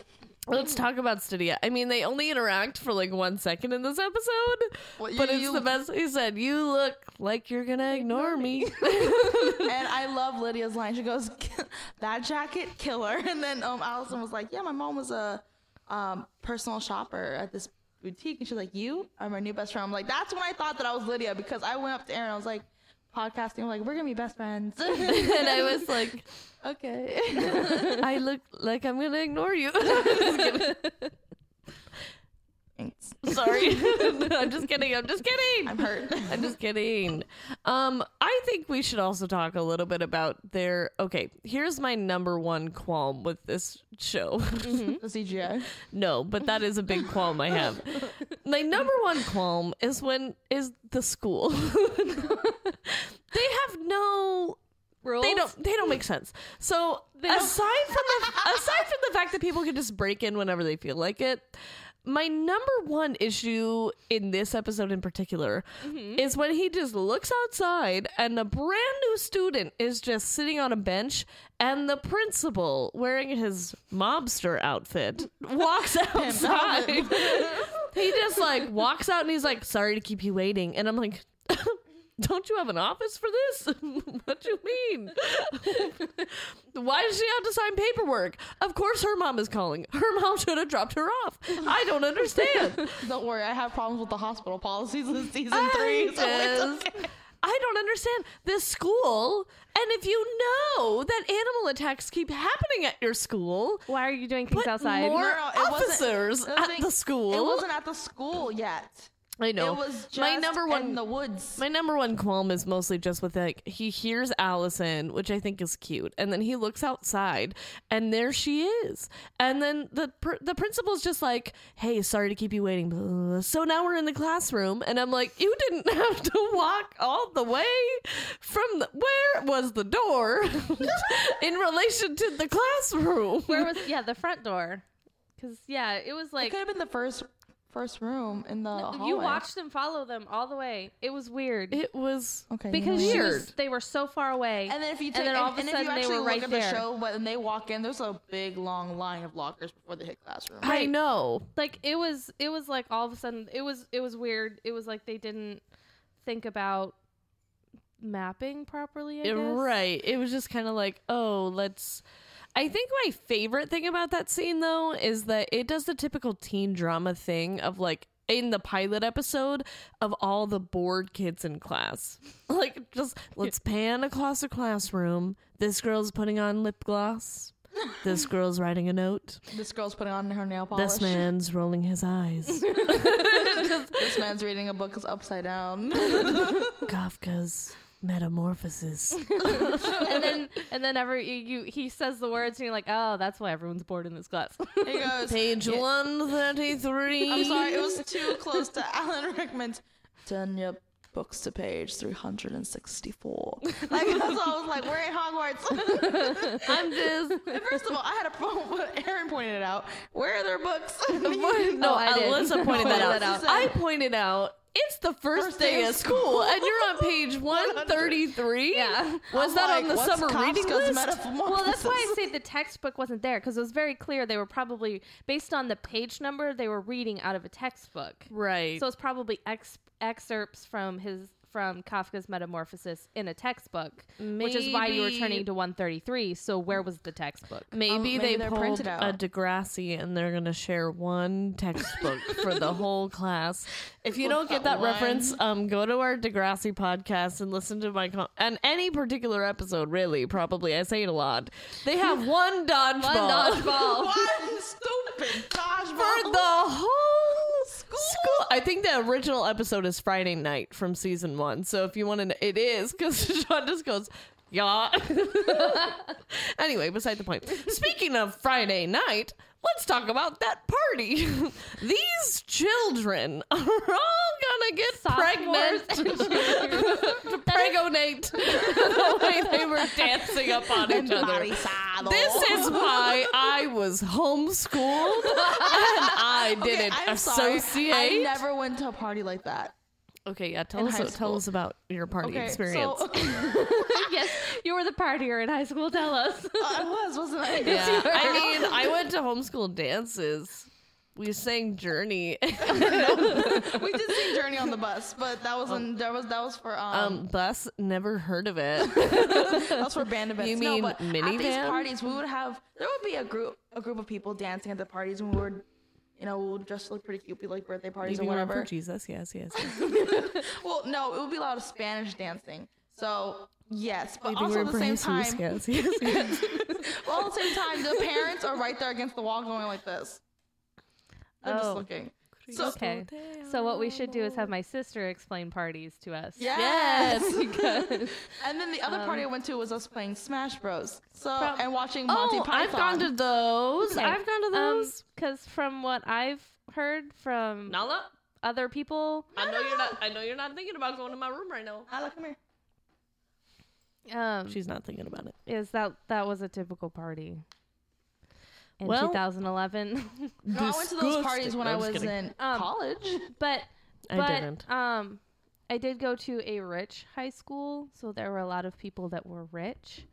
[SPEAKER 2] Let's talk about Stydia. I mean, they only interact for like one second in this episode,
[SPEAKER 3] Well, you-
[SPEAKER 2] but it's
[SPEAKER 3] you-
[SPEAKER 2] the best. He said, "You look like you're gonna ignore me."
[SPEAKER 3] and I love Lydia's line. She goes, "That jacket, killer." And then um, Allison was like, "Yeah, my mom was a um, personal shopper at this boutique," and she's like, "You are my new best friend." I'm like, "That's when I thought that I was Lydia because I went up to Aaron. I was like, podcasting. I'm like, we're gonna be best friends."
[SPEAKER 2] and I was like,
[SPEAKER 3] okay.
[SPEAKER 2] I look like I'm gonna ignore you.
[SPEAKER 3] Thanks.
[SPEAKER 2] Sorry, I'm just kidding. I'm just kidding.
[SPEAKER 3] I'm hurt.
[SPEAKER 2] I'm just kidding. Um, I think we should also talk a little bit about their. Okay, here's my number one qualm with this show.
[SPEAKER 3] the CGI.
[SPEAKER 2] no, but that is a big qualm I have. My number one qualm is when is the school. they have no
[SPEAKER 1] Rules.
[SPEAKER 2] they don't they don't make sense. So
[SPEAKER 1] don't-
[SPEAKER 2] aside from the aside from the fact that people can just break in whenever they feel like it, my number one issue in this episode in particular is when he just looks outside and a brand new student is just sitting on a bench and the principal wearing his mobster outfit walks outside. he just like walks out and he's like, "Sorry to keep you waiting," and I'm like. Don't you have an office for this? what do you mean? Why does she have to sign paperwork? Of course, her mom is calling. Her mom should have dropped her off. I don't understand.
[SPEAKER 3] Don't worry, I have problems with the hospital policies in season
[SPEAKER 2] I
[SPEAKER 3] three. So it's
[SPEAKER 2] just-
[SPEAKER 3] okay.
[SPEAKER 2] I don't understand this school. And if you know that animal attacks keep happening at your school,
[SPEAKER 1] Why are you doing things
[SPEAKER 2] put
[SPEAKER 1] outside?
[SPEAKER 2] more
[SPEAKER 3] No, it wasn't-
[SPEAKER 2] officers
[SPEAKER 3] I
[SPEAKER 2] at
[SPEAKER 3] think
[SPEAKER 2] the school.
[SPEAKER 3] It wasn't at the school yet.
[SPEAKER 2] I know.
[SPEAKER 3] It was just
[SPEAKER 2] my number one.
[SPEAKER 3] in the woods.
[SPEAKER 2] My number one qualm is mostly just with like he hears Allison, which I think is cute, and then he looks outside, and there she is, and then the pr- the principal's just like, "Hey, sorry to keep you waiting." blah, blah, blah." So now we're in the classroom, and I'm like, "You didn't have to walk all the way from the- where was the door in relation to the classroom?"
[SPEAKER 1] Where was yeah the front door? Because yeah, it was
[SPEAKER 3] it
[SPEAKER 1] like
[SPEAKER 3] could have been the first first room in the hallway.
[SPEAKER 1] you watched them follow them all the way. It was weird
[SPEAKER 2] it was
[SPEAKER 3] Okay.
[SPEAKER 1] because
[SPEAKER 3] you know
[SPEAKER 1] she
[SPEAKER 3] what?
[SPEAKER 2] Weird.
[SPEAKER 1] was, they were so far away.
[SPEAKER 3] and then if you take,
[SPEAKER 1] and then all of a
[SPEAKER 3] and if you
[SPEAKER 1] sudden they
[SPEAKER 3] actually
[SPEAKER 1] were
[SPEAKER 3] look
[SPEAKER 1] right
[SPEAKER 3] at
[SPEAKER 1] there.
[SPEAKER 3] the show, but then they walk in, there's a big long line of lockers before they hit classroom.
[SPEAKER 2] I know.
[SPEAKER 1] like it was it was like all of a sudden it was it was weird. It was like they didn't think about mapping properly. I
[SPEAKER 2] Yeah,
[SPEAKER 1] guess.
[SPEAKER 2] Right. It was just kind of like, oh, let's. I think my favorite thing about that scene, though, is that it does the typical teen drama thing of like in the pilot episode of all the bored kids in class. Like, just let's pan across a classroom. This girl's putting on lip gloss. This girl's writing a note.
[SPEAKER 3] This girl's putting on her nail polish.
[SPEAKER 2] This man's rolling his eyes.
[SPEAKER 3] This man's reading a book is upside down.
[SPEAKER 2] Kafka's metamorphosis.
[SPEAKER 1] and then and then every you, you he says the words and you're like, oh, that's why everyone's bored in this class.
[SPEAKER 3] He goes.
[SPEAKER 2] Page 133.
[SPEAKER 3] I'm sorry, it was too close to Alan Rickman's. Turn your books to page 364. Like, that's what I was like, we're in Hogwarts.
[SPEAKER 2] I'm just.
[SPEAKER 3] First of all, I had a problem with Aaron pointed it out. Where are their books?
[SPEAKER 2] No,
[SPEAKER 1] I did.
[SPEAKER 2] Alyssa pointed that
[SPEAKER 1] Pointed
[SPEAKER 2] out.
[SPEAKER 1] that out.
[SPEAKER 2] I pointed out it's the first, day, of school, and you're on page 133.
[SPEAKER 1] Yeah.
[SPEAKER 2] Was that on the summer reading list?
[SPEAKER 1] Well, that's why I say the textbook wasn't there because it was very clear they were probably based on the page number they were reading out of a textbook.
[SPEAKER 2] right.
[SPEAKER 1] So it's probably ex- excerpts from his from Kafka's Metamorphosis in a textbook, which is why you were
[SPEAKER 2] Maybe-
[SPEAKER 1] turning to 133. So where was the textbook?
[SPEAKER 2] Um, maybe,
[SPEAKER 3] maybe
[SPEAKER 2] they
[SPEAKER 3] they're
[SPEAKER 2] pulled
[SPEAKER 3] printed
[SPEAKER 2] a
[SPEAKER 3] out.
[SPEAKER 2] Degrassi and they're going to share one textbook for the whole class. If you don't get that
[SPEAKER 3] One.
[SPEAKER 2] reference, um, go to our Degrassi podcast and listen to my com- and any particular episode. Really, probably I say it a lot. They have one dodgeball.
[SPEAKER 1] One dodgeball.
[SPEAKER 3] One stupid dodgeball.
[SPEAKER 2] for the whole school. I think the original episode is Friday night from season one. So if you want to, know, it is because Sean just goes, yeah. anyway, beside the point. Speaking of Friday night, let's talk about that party. These children are all gonna get
[SPEAKER 1] Sophomores
[SPEAKER 2] pregnant. Pregonate. the way they were dancing up on each other.
[SPEAKER 3] Marisado.
[SPEAKER 2] This is why I was homeschooled and I
[SPEAKER 3] Okay,
[SPEAKER 2] didn't
[SPEAKER 3] I'm sorry.
[SPEAKER 2] associate.
[SPEAKER 3] I never went to a party like that.
[SPEAKER 2] okay, yeah, tell
[SPEAKER 3] in high
[SPEAKER 2] us tell
[SPEAKER 3] school.
[SPEAKER 2] us about your party
[SPEAKER 3] Okay,
[SPEAKER 2] experience.
[SPEAKER 3] So,
[SPEAKER 1] yes, you were the partier in high school. Tell us.
[SPEAKER 3] I uh, was, wasn't I?
[SPEAKER 2] yeah, I mean, I went to homeschool dances. We sang Journey,
[SPEAKER 3] we did see Journey on the bus, but that wasn't. That was that was for um,
[SPEAKER 2] um, bus. Never heard of it.
[SPEAKER 3] that was for band events.
[SPEAKER 2] you mean
[SPEAKER 3] no, but at these
[SPEAKER 2] minivan?
[SPEAKER 3] parties, we would have there would be a group a group of people dancing at the parties, and we would, you know, we would just look pretty cute, be like birthday parties
[SPEAKER 2] Leaving
[SPEAKER 3] or
[SPEAKER 2] room for
[SPEAKER 3] whatever.
[SPEAKER 2] Jesus, yes, yes. yes.
[SPEAKER 3] Well, no, it would be a lot of Spanish dancing. So yes, but
[SPEAKER 2] Leaving
[SPEAKER 3] also
[SPEAKER 2] room
[SPEAKER 3] at
[SPEAKER 2] for
[SPEAKER 3] the same
[SPEAKER 2] Jesus,
[SPEAKER 3] time,
[SPEAKER 2] yes, yes, yes.
[SPEAKER 3] well, at the same time, the parents are right there against the wall, going like this. They're
[SPEAKER 1] Oh.
[SPEAKER 3] just looking. So
[SPEAKER 1] Okay. So what we should do is have my sister explain parties to us.
[SPEAKER 3] yes.
[SPEAKER 1] because
[SPEAKER 3] And then the other party I went to was us playing Smash Bros. So and watching Monty
[SPEAKER 2] oh,
[SPEAKER 3] Python.
[SPEAKER 2] I've gone to those.
[SPEAKER 1] Okay.
[SPEAKER 2] I've gone to
[SPEAKER 1] Um,
[SPEAKER 2] those.
[SPEAKER 1] 'cause from what I've heard from
[SPEAKER 2] Nala,
[SPEAKER 1] other people.
[SPEAKER 2] I know you're not. I know you're not thinking about going to my room right now.
[SPEAKER 3] Ala, come here.
[SPEAKER 1] Um,
[SPEAKER 2] She's not thinking about it.
[SPEAKER 1] is that that was a typical party in
[SPEAKER 2] Well-
[SPEAKER 1] 2011?
[SPEAKER 3] No, I went to those parties when I was
[SPEAKER 2] in.
[SPEAKER 3] in
[SPEAKER 1] Um,
[SPEAKER 3] college.
[SPEAKER 1] but
[SPEAKER 2] I
[SPEAKER 1] but,
[SPEAKER 2] didn't.
[SPEAKER 1] Um, I did go to a rich high school, so there were a lot of people that were rich,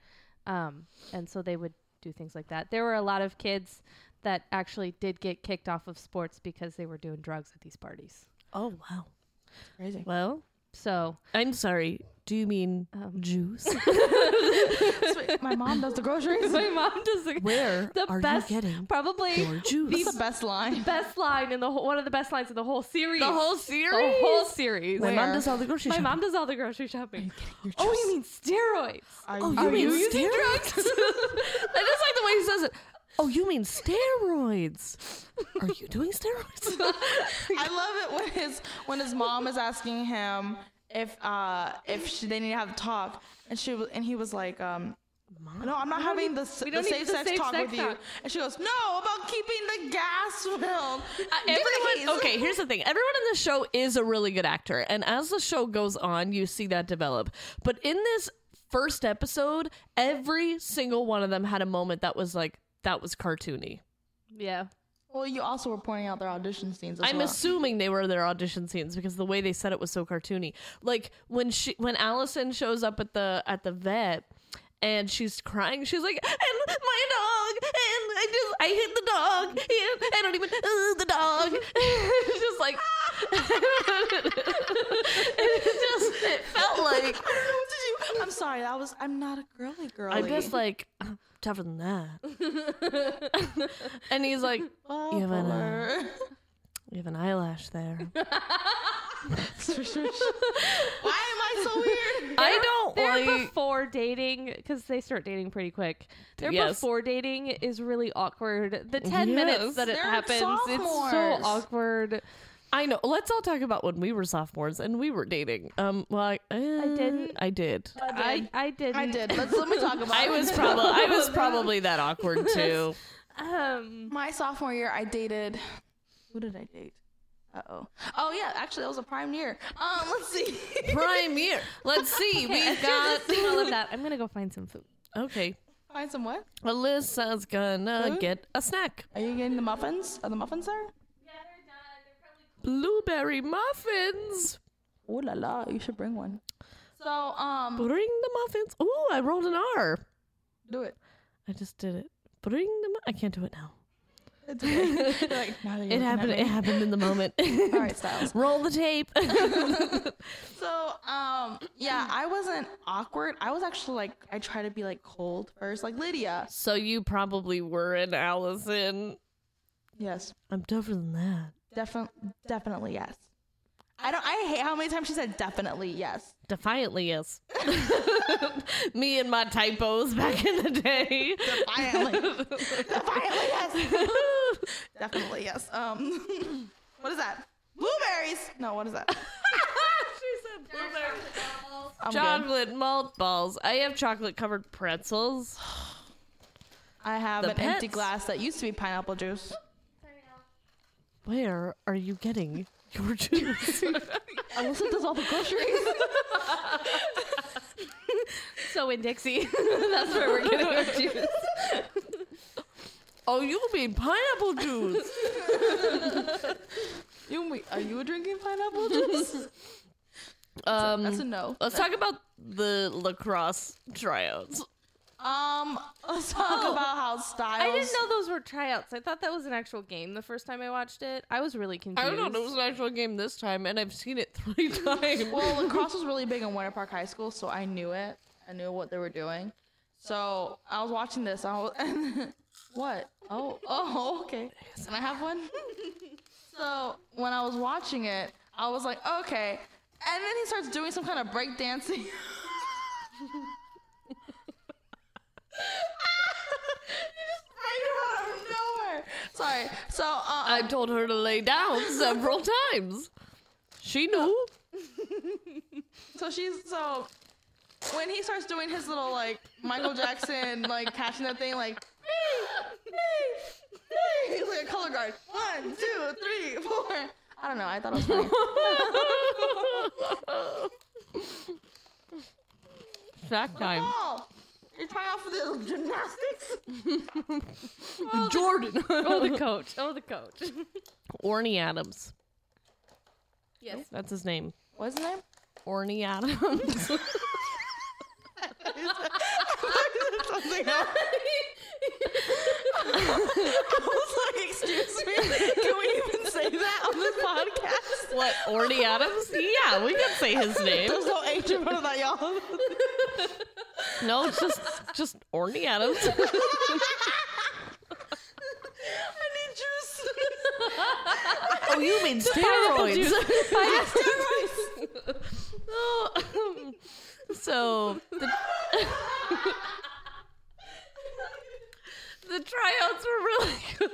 [SPEAKER 1] um, and so they would do things like that. There were a lot of kids that actually did get kicked off of sports because they were doing drugs at these parties.
[SPEAKER 2] Oh wow.
[SPEAKER 3] Crazy.
[SPEAKER 2] Well,
[SPEAKER 1] So
[SPEAKER 2] I'm sorry. Do you mean juice?
[SPEAKER 3] My mom does the groceries.
[SPEAKER 1] my mom does the,
[SPEAKER 2] Where
[SPEAKER 1] the
[SPEAKER 2] are you
[SPEAKER 1] best,
[SPEAKER 2] getting
[SPEAKER 1] probably
[SPEAKER 2] your juice?
[SPEAKER 3] That's the best line.
[SPEAKER 1] best line in the whole, one of the best lines in the whole series.
[SPEAKER 2] series.
[SPEAKER 1] the whole series.
[SPEAKER 2] My mom
[SPEAKER 3] Where?
[SPEAKER 2] does all the grocery
[SPEAKER 1] My
[SPEAKER 2] shopping.
[SPEAKER 1] mom does all the grocery shopping. oh, you mean steroids?
[SPEAKER 3] Are
[SPEAKER 2] Oh,
[SPEAKER 3] are
[SPEAKER 2] you mean
[SPEAKER 3] using-
[SPEAKER 2] steroids? I just like the way he says it. Oh, you mean steroids? Are you doing steroids?
[SPEAKER 3] I love it when his when his mom is asking him if uh if she, they need to have a talk, and she was and he was like um. No, I'm not having the, s-
[SPEAKER 1] we
[SPEAKER 3] the
[SPEAKER 1] don't need
[SPEAKER 3] safe
[SPEAKER 1] the
[SPEAKER 3] sex
[SPEAKER 1] safe
[SPEAKER 3] talk
[SPEAKER 1] sex
[SPEAKER 3] with you.
[SPEAKER 1] talk.
[SPEAKER 3] And she goes, No, about keeping the gas filled. Give it
[SPEAKER 2] Everyone,
[SPEAKER 3] easy.
[SPEAKER 2] okay, here's the thing. Everyone in the show is a really good actor, and as the show goes on, you see that develop. But in this first episode, every single one of them had a moment that was like that was cartoony.
[SPEAKER 1] Yeah.
[SPEAKER 3] Well, you also were pointing out their audition scenes. As
[SPEAKER 2] I'm
[SPEAKER 3] well.
[SPEAKER 2] assuming they were their audition scenes because the way they said it was so cartoony. Like when she when Allison shows up at the at the vet and she's crying, she's like, "And my dog, and I just I hit the dog, and I don't even uh, the dog." it's just like it just it felt like
[SPEAKER 3] I don't know what to do. I'm sorry. That was. I'm not a girly girl.
[SPEAKER 2] I'm just like "I'm tougher than that. and he's like, "You have an uh, you have an eyelash there."
[SPEAKER 3] Why am I so weird?
[SPEAKER 2] I don't
[SPEAKER 1] They're
[SPEAKER 2] like.
[SPEAKER 1] before dating because they start dating pretty quick. Their
[SPEAKER 2] Yes.
[SPEAKER 1] before dating is really awkward. The ten minutes
[SPEAKER 2] Yes.
[SPEAKER 1] that it
[SPEAKER 3] They're
[SPEAKER 1] happens, it's so
[SPEAKER 3] sophomores.
[SPEAKER 1] awkward.
[SPEAKER 2] I know. Let's all talk about when we were sophomores and we were dating. Um, well, I, I
[SPEAKER 1] didn't.
[SPEAKER 2] I did.
[SPEAKER 1] I I did
[SPEAKER 3] I did. Let's let me talk about.
[SPEAKER 2] I
[SPEAKER 3] it.
[SPEAKER 2] was probably I was probably that awkward too.
[SPEAKER 1] Um,
[SPEAKER 3] my sophomore year. I dated. Who did I date? Uh oh. Oh yeah, actually that was a prime year. Um, let's see.
[SPEAKER 2] Prime year. Let's see.
[SPEAKER 1] we
[SPEAKER 2] We've got
[SPEAKER 1] all of that. I'm gonna go find some food.
[SPEAKER 2] okay.
[SPEAKER 3] Find some what?
[SPEAKER 2] Alyssa's gonna get a snack.
[SPEAKER 3] Are you getting the muffins? Are the muffins there?
[SPEAKER 2] Blueberry muffins.
[SPEAKER 3] Ooh la la! You should bring one. So um,
[SPEAKER 2] Bring the muffins. Ooh, I rolled an R.
[SPEAKER 3] do it.
[SPEAKER 2] I just did it. Bring the. Mu- I can't do it now.
[SPEAKER 3] It's okay. They're like, now that you're
[SPEAKER 2] It
[SPEAKER 3] looking at
[SPEAKER 2] happened.
[SPEAKER 3] me.
[SPEAKER 2] It happened in the moment.
[SPEAKER 3] All right, Styles.
[SPEAKER 2] Roll the tape.
[SPEAKER 3] So, um, yeah, I wasn't awkward. I was actually like, I try to be like cold first, like Lydia.
[SPEAKER 2] so you probably were an Allison.
[SPEAKER 3] Yes,
[SPEAKER 2] I'm tougher than that.
[SPEAKER 3] definitely, definitely yes. I don't. I hate how many times she said definitely yes.
[SPEAKER 2] Defiantly is. Me and my typos back in the day.
[SPEAKER 3] Defiantly, defiantly yes. Definitely yes. Um, what is that? Blueberries? No, what is that? I'm good.
[SPEAKER 2] chocolate malt balls. I have chocolate covered pretzels.
[SPEAKER 3] I have
[SPEAKER 2] The
[SPEAKER 3] an empty
[SPEAKER 2] pets.
[SPEAKER 3] glass that used to be pineapple juice.
[SPEAKER 2] Where are you getting your juice?
[SPEAKER 3] Alyssa does all the groceries.
[SPEAKER 1] So in Dixie, that's where we're getting our juice.
[SPEAKER 2] oh, you mean pineapple juice?
[SPEAKER 3] you, are you drinking pineapple juice?
[SPEAKER 2] um,
[SPEAKER 3] That's a no.
[SPEAKER 2] let's talk about the lacrosse tryouts.
[SPEAKER 3] Um, let's talk about how Styles.
[SPEAKER 1] I didn't know those were tryouts. I thought that was an actual game the first time I watched it. I was really confused.
[SPEAKER 2] I don't know. It was an actual game this time, and I've seen it three times.
[SPEAKER 3] Well, lacrosse was really big in Winter Park High School, so I knew it. I knew what they were doing. So I was watching this. I was what? Oh, oh, okay. Can I have one? so when I was watching it, I was like, okay. And then he starts doing some kind of break dancing. Right out of nowhere. Sorry. So uh,
[SPEAKER 2] I told her to lay down several times. She knew.
[SPEAKER 3] So she's so when he starts doing his little like Michael Jackson like catching that thing like me, me, me, he's like a color guard. One, two, three, four. I don't know. I thought it was funny.
[SPEAKER 2] Snack time.
[SPEAKER 3] oh, you're trying out for the gymnastics.
[SPEAKER 2] Jordan.
[SPEAKER 1] Oh, the coach. Oh, the coach.
[SPEAKER 2] Orny Adams.
[SPEAKER 1] yes.
[SPEAKER 2] That's his name.
[SPEAKER 3] What's his name?
[SPEAKER 2] Orny Adams.
[SPEAKER 3] Something else. I was like, excuse me, can we even say that on this podcast?
[SPEAKER 2] what? Orny Adams? Yeah, we can say his name.
[SPEAKER 3] There's no H in front of that, y'all.
[SPEAKER 2] No, it's just just Orny Adams.
[SPEAKER 3] I need juice.
[SPEAKER 2] Oh, you mean steroids? Oh, so the, the tryouts were really good.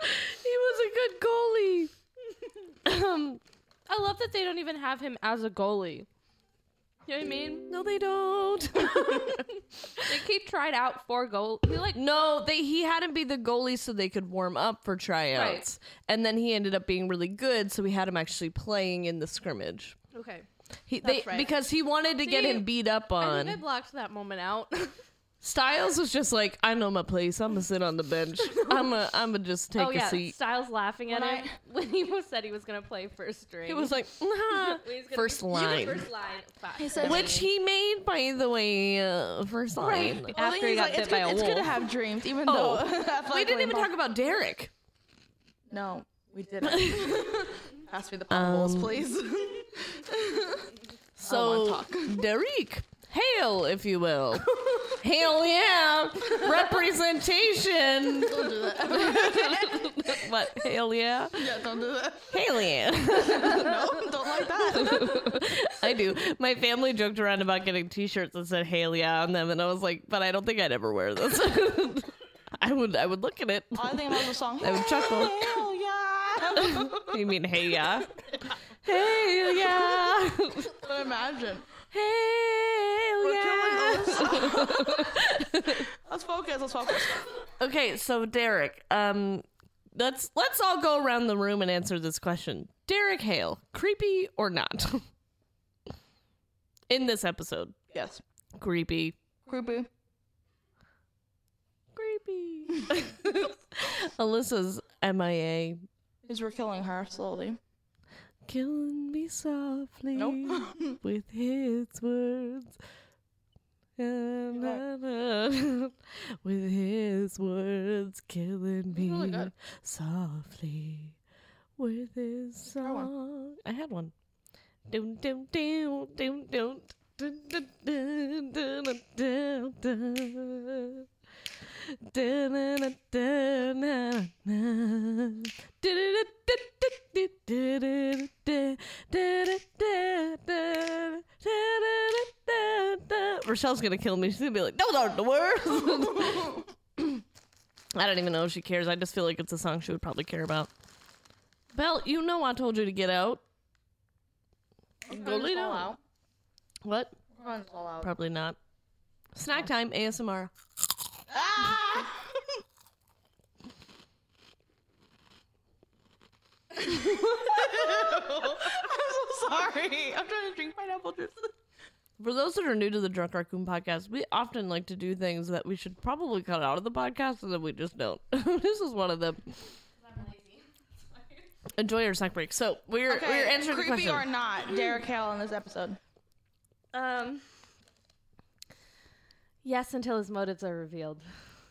[SPEAKER 2] he was a good goalie. Um,
[SPEAKER 1] I love that they don't even have him as a goalie. You know what I mean?
[SPEAKER 2] no, they don't.
[SPEAKER 1] Like he tried out for goal. He like
[SPEAKER 2] no, they he had him be the goalie so they could warm up for tryouts, and then he ended up being really good, so we had him actually playing in the scrimmage.
[SPEAKER 1] okay.
[SPEAKER 2] He, they,
[SPEAKER 1] That's right.
[SPEAKER 2] Because he wanted to get
[SPEAKER 1] See,
[SPEAKER 2] him beat up
[SPEAKER 1] I
[SPEAKER 2] on.
[SPEAKER 1] think I blocked that moment out.
[SPEAKER 2] Styles was just like, I know my place. I'm gonna sit on the bench. I'm gonna, I'm gonna just take
[SPEAKER 1] oh
[SPEAKER 2] a
[SPEAKER 1] yeah,
[SPEAKER 2] seat.
[SPEAKER 1] Styles laughing at
[SPEAKER 3] When
[SPEAKER 1] him when he was said he was gonna play first string.
[SPEAKER 2] He was like, nah.
[SPEAKER 1] When he's gonna
[SPEAKER 2] first
[SPEAKER 1] be-
[SPEAKER 2] line,
[SPEAKER 1] First line. Fuck.
[SPEAKER 3] He said,
[SPEAKER 2] which he made, by the way, uh, first line.
[SPEAKER 3] Well,
[SPEAKER 1] After he
[SPEAKER 3] he's
[SPEAKER 1] got bit
[SPEAKER 3] it's
[SPEAKER 1] by
[SPEAKER 3] good,
[SPEAKER 1] a
[SPEAKER 3] It's good to
[SPEAKER 1] wolf.
[SPEAKER 3] have dreams, even
[SPEAKER 2] Oh.
[SPEAKER 3] though
[SPEAKER 2] We didn't even talk about Derek.
[SPEAKER 3] No, we didn't. Pass me the popballs,
[SPEAKER 2] Um,
[SPEAKER 3] please.
[SPEAKER 2] So Derek, hail, if you will, hail yeah, representation.
[SPEAKER 3] don't do that.
[SPEAKER 2] what hail yeah,
[SPEAKER 3] yeah, don't do that.
[SPEAKER 2] hail yeah.
[SPEAKER 3] No, don't like that.
[SPEAKER 2] I do. My family joked around about getting T-shirts that said "Halia" on them, and I was like, "But I don't think I'd ever wear this." I would. I would look at it.
[SPEAKER 3] All I think about was the song.
[SPEAKER 2] I would chuckle.
[SPEAKER 3] Hell yeah!
[SPEAKER 2] You mean "Hey ya"? Hey ya!
[SPEAKER 3] Imagine.
[SPEAKER 2] Hey ya!
[SPEAKER 3] Let's focus. Let's focus.
[SPEAKER 2] Okay, so Derek, um, let's let's all go around the room and answer this question: Derek Hale, creepy or not? In this episode,
[SPEAKER 3] Yes.
[SPEAKER 2] creepy.
[SPEAKER 3] Creepy.
[SPEAKER 2] creepy. Alyssa's MIA.
[SPEAKER 3] Because we're killing her slowly.
[SPEAKER 2] Killing me softly
[SPEAKER 3] Nope.
[SPEAKER 2] with his words. Na, na, na. with his words, killing me
[SPEAKER 3] really good.
[SPEAKER 2] softly with his
[SPEAKER 3] Try one.
[SPEAKER 2] song. I had one. Dun, dun, dun, dun, dun. Dun, dun, dun, dun, dun, dun, dun. Rochelle's gonna kill me. She's gonna be like, "Those aren't the words." I don't even know if she cares. I just feel like it's a song she would probably care about. Belle, you know I told you to get out. Totally know. What? Probably not. Snack time ASMR.
[SPEAKER 3] Ah! I'm so sorry. I'm trying to drink pineapple juice.
[SPEAKER 2] For those that are new to the Drunk Raccoon podcast, we often like to do things that we should probably cut out of the podcast and then we just don't. this is one of them. Enjoy your snack break. So we're we're answering
[SPEAKER 3] creepy
[SPEAKER 2] the question.
[SPEAKER 3] or not, Derek Hale in this episode.
[SPEAKER 1] Um. Yes, until his motives are revealed.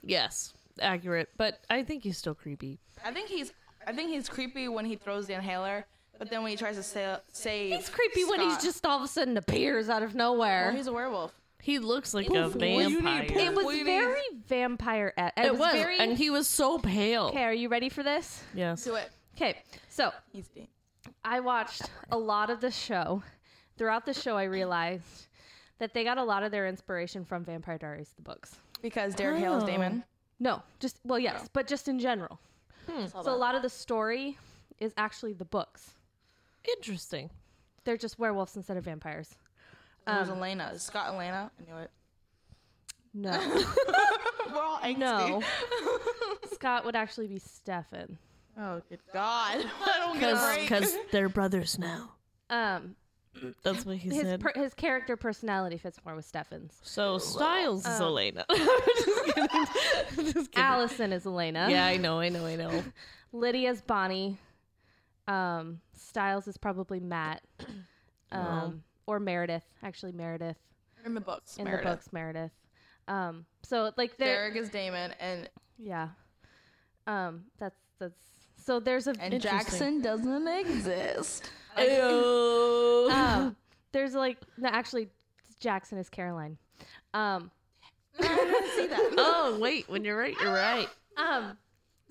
[SPEAKER 2] yes, accurate. But I think he's still creepy.
[SPEAKER 3] I think he's I think he's creepy when he throws the inhaler, but then when he tries to say say
[SPEAKER 1] It's creepy when he's just all of a sudden appears out of nowhere.
[SPEAKER 3] he's a werewolf.
[SPEAKER 2] He looks like a vampire.
[SPEAKER 1] it was
[SPEAKER 3] What do you mean?
[SPEAKER 1] very vampire. It,
[SPEAKER 2] It was,
[SPEAKER 1] very.
[SPEAKER 2] and he was so pale.
[SPEAKER 1] okay, are you ready for this?
[SPEAKER 2] Yes.
[SPEAKER 3] Do it.
[SPEAKER 1] Okay, so
[SPEAKER 3] He's deep.
[SPEAKER 1] I watched a lot of the show. Throughout the show, I realized that they got a lot of their inspiration from Vampire Diaries, the books.
[SPEAKER 3] Because Derek Hale is
[SPEAKER 1] Oh.
[SPEAKER 3] Damon.
[SPEAKER 1] No, just well, yes, but just in general. So a lot of the story is actually the books.
[SPEAKER 2] Interesting.
[SPEAKER 1] They're just werewolves instead of vampires.
[SPEAKER 3] It
[SPEAKER 1] Um.
[SPEAKER 3] was Elena. Scott Elena. I knew it.
[SPEAKER 1] No,
[SPEAKER 3] We're all angsty.
[SPEAKER 1] no. Scott would actually be Stefan.
[SPEAKER 3] Oh, good God. I don't get a break.
[SPEAKER 2] because they're brothers now.
[SPEAKER 1] Um,
[SPEAKER 2] That's what he
[SPEAKER 1] his
[SPEAKER 2] said.
[SPEAKER 1] per- his character personality fits more with Stefan's.
[SPEAKER 2] so Styles is
[SPEAKER 1] Uh,
[SPEAKER 2] Elena. Just kidding. Just kidding.
[SPEAKER 1] Allison is Elena.
[SPEAKER 2] Yeah, I know, I know, I know.
[SPEAKER 1] Lydia's Bonnie. Um, Styles is probably Matt. Um, or Meredith. Actually, Meredith
[SPEAKER 3] in the books.
[SPEAKER 1] in
[SPEAKER 3] Meredith.
[SPEAKER 1] the books. Meredith. Um, so like there,
[SPEAKER 3] Derek is Damon, and
[SPEAKER 1] yeah. Um, that's that's. So there's a
[SPEAKER 3] and
[SPEAKER 1] it's-
[SPEAKER 3] Jackson doesn't exist.
[SPEAKER 2] Ayo.
[SPEAKER 1] Um, there's like no, actually Jackson is Caroline. Um,
[SPEAKER 3] I didn't see that.
[SPEAKER 2] oh wait, when you're right, you're right.
[SPEAKER 1] um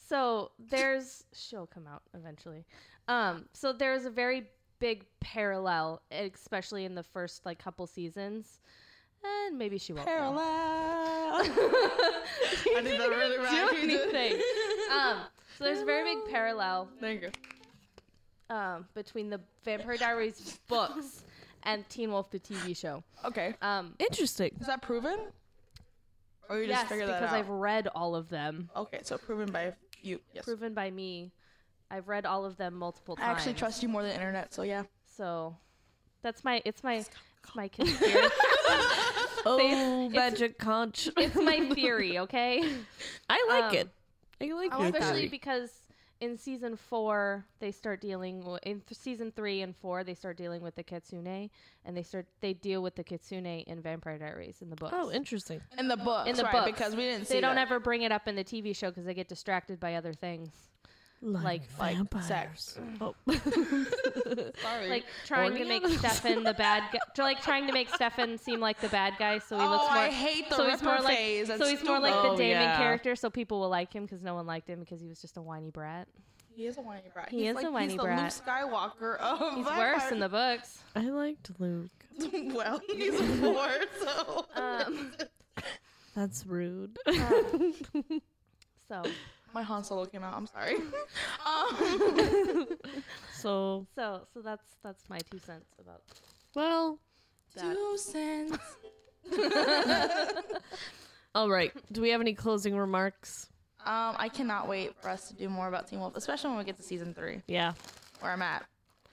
[SPEAKER 1] so there's she'll come out eventually um so there's a very big parallel especially in the first like couple seasons and maybe she won't know.
[SPEAKER 3] Parallel.
[SPEAKER 1] I
[SPEAKER 3] did that really bad.
[SPEAKER 1] do anything um so there's a very big parallel
[SPEAKER 3] Thank you.
[SPEAKER 1] um between the vampire diaries books and teen wolf the tv show
[SPEAKER 3] Okay.
[SPEAKER 1] um
[SPEAKER 2] Interesting.
[SPEAKER 3] Is that proven? Or you just
[SPEAKER 1] yes
[SPEAKER 3] figured that
[SPEAKER 1] because
[SPEAKER 3] out?
[SPEAKER 1] i've read all of them
[SPEAKER 3] Okay, so proven by you. Yes.
[SPEAKER 1] proven by me i've read all of them multiple
[SPEAKER 3] I
[SPEAKER 1] times
[SPEAKER 3] actually trust you more than the internet, so yeah.
[SPEAKER 1] So that's my it's my it's my conspiracy.
[SPEAKER 2] Oh, magic conch.
[SPEAKER 1] it's my theory, okay?
[SPEAKER 2] I like
[SPEAKER 1] Um,
[SPEAKER 2] it. I like
[SPEAKER 3] I
[SPEAKER 2] your
[SPEAKER 3] like that.
[SPEAKER 1] Especially
[SPEAKER 2] theory.
[SPEAKER 1] because in season 4 they start dealing w- in th- season 3 and 4 they start dealing with the kitsune and they start they deal with the kitsune in Vampire Diaries in the books.
[SPEAKER 2] Oh, interesting.
[SPEAKER 3] In the book.
[SPEAKER 1] in the
[SPEAKER 3] right,
[SPEAKER 1] books.
[SPEAKER 3] because we didn't see
[SPEAKER 1] They don't
[SPEAKER 3] that.
[SPEAKER 1] ever bring it up in the TV show cuz they get distracted by other things. Like-
[SPEAKER 3] like
[SPEAKER 2] vampires.
[SPEAKER 3] sex.
[SPEAKER 2] Oh.
[SPEAKER 3] Sorry.
[SPEAKER 1] Like trying to
[SPEAKER 2] Orgasm?
[SPEAKER 1] make Stefan the bad guy, to, like trying to make Stefan seem like the bad guy so he
[SPEAKER 3] oh,
[SPEAKER 1] looks more
[SPEAKER 3] I hate the
[SPEAKER 1] so
[SPEAKER 3] so
[SPEAKER 1] he's more like
[SPEAKER 3] phase.
[SPEAKER 1] so he's more like the
[SPEAKER 2] Oh,
[SPEAKER 1] Damon
[SPEAKER 2] yeah.
[SPEAKER 1] character, so people will like him because no one liked him because he was just a whiny brat.
[SPEAKER 3] He is a whiny brat.
[SPEAKER 1] He
[SPEAKER 3] he's
[SPEAKER 1] is a
[SPEAKER 3] like,
[SPEAKER 1] whiny
[SPEAKER 3] he's
[SPEAKER 1] brat.
[SPEAKER 3] The Luke Skywalker. Of
[SPEAKER 1] He's worse in the books.
[SPEAKER 2] I liked Luke.
[SPEAKER 3] the. well, he's a four, so.
[SPEAKER 1] Um,
[SPEAKER 2] That's rude.
[SPEAKER 1] so
[SPEAKER 3] My Han Solo came out. I'm sorry. um,
[SPEAKER 2] so,
[SPEAKER 1] so so that's that's my two cents about
[SPEAKER 2] well,
[SPEAKER 1] that.
[SPEAKER 3] two cents.
[SPEAKER 2] all right. Do we have any closing remarks?
[SPEAKER 3] Um, I cannot wait for us to do more about Team Wolf, especially when we get to season three,
[SPEAKER 2] Yeah,
[SPEAKER 3] where I'm at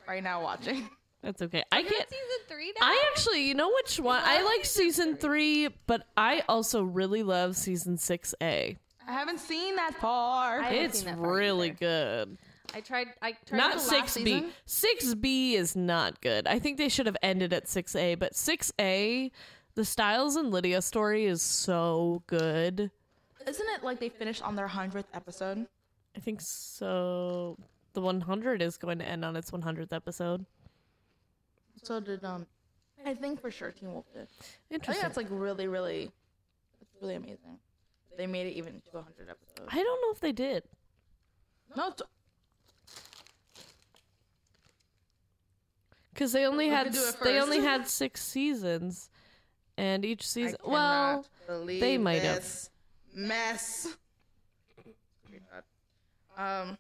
[SPEAKER 3] right now watching.
[SPEAKER 2] that's okay. I
[SPEAKER 4] You're
[SPEAKER 2] get.
[SPEAKER 4] at season three now.
[SPEAKER 2] I actually, you know which one? I like season three, but I also really love season six A.
[SPEAKER 3] I haven't seen that far.
[SPEAKER 1] I- haven't
[SPEAKER 2] It's
[SPEAKER 1] seen that far
[SPEAKER 2] really
[SPEAKER 1] either.
[SPEAKER 2] good.
[SPEAKER 1] I tried. I tried
[SPEAKER 2] Not
[SPEAKER 1] to
[SPEAKER 2] six B.
[SPEAKER 3] season?
[SPEAKER 2] Six B is not good. I think they should have ended at six A. But six A, the Styles and Lydia story is so good.
[SPEAKER 3] Isn't it like they finished on their hundredth episode?
[SPEAKER 2] I think so. The 100 is going to end on its 100th episode.
[SPEAKER 3] Oh, So did um, I think for sure Team Wolf did. I think
[SPEAKER 2] Interesting.
[SPEAKER 3] that's like really, really, it's really amazing. They made it even to 100 episodes.
[SPEAKER 2] I don't know if they did.
[SPEAKER 3] No, it's-
[SPEAKER 2] Because they only
[SPEAKER 3] We
[SPEAKER 2] had
[SPEAKER 3] could do it
[SPEAKER 2] they
[SPEAKER 3] first.
[SPEAKER 2] only had six seasons, and each
[SPEAKER 3] I
[SPEAKER 2] season.
[SPEAKER 3] cannot
[SPEAKER 2] Well,
[SPEAKER 3] believe
[SPEAKER 2] they might have.
[SPEAKER 3] this mess. Um,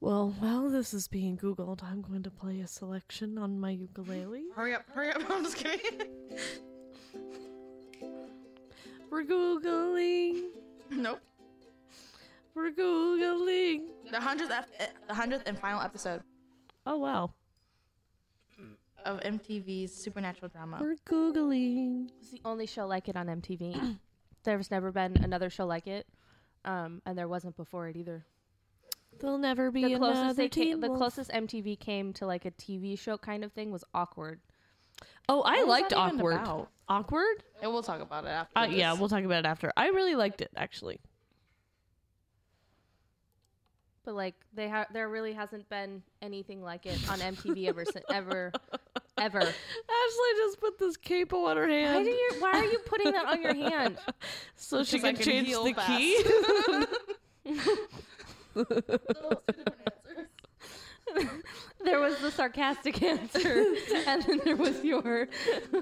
[SPEAKER 2] well, while this is being googled, I'm going to play a selection on my ukulele.
[SPEAKER 3] hurry up, hurry up! I'm just kidding.
[SPEAKER 2] We're googling.
[SPEAKER 3] nope.
[SPEAKER 2] We're googling.
[SPEAKER 3] The hundredth, ep- the hundredth and final episode
[SPEAKER 2] Oh wow,
[SPEAKER 3] of MTV's supernatural drama.
[SPEAKER 2] we're googling.
[SPEAKER 1] It's the only show like it on MTV. There's never been another show like it, um, and there wasn't before it either.
[SPEAKER 2] There'll never be
[SPEAKER 1] The closest
[SPEAKER 2] another
[SPEAKER 1] they
[SPEAKER 2] team.
[SPEAKER 1] came, the closest MTV came to like a TV show kind of thing was Awkward.
[SPEAKER 2] oh, I
[SPEAKER 3] was
[SPEAKER 2] liked
[SPEAKER 3] that even
[SPEAKER 2] awkward.
[SPEAKER 3] about?
[SPEAKER 2] Awkward.
[SPEAKER 3] And we'll talk about it after.
[SPEAKER 2] Uh, yeah,
[SPEAKER 3] this.
[SPEAKER 2] we'll talk about it after. I really liked it actually.
[SPEAKER 1] But like they ha- there really hasn't been anything like it on MTV ever since ever ever.
[SPEAKER 2] Ashley just put this cape on her hand.
[SPEAKER 1] Why, do you, why are you putting that on your hand?
[SPEAKER 2] so she
[SPEAKER 3] Because I
[SPEAKER 2] can
[SPEAKER 3] can
[SPEAKER 2] change
[SPEAKER 3] heal
[SPEAKER 2] the
[SPEAKER 3] fast.
[SPEAKER 2] key.
[SPEAKER 1] There was the sarcastic answer, and then there was your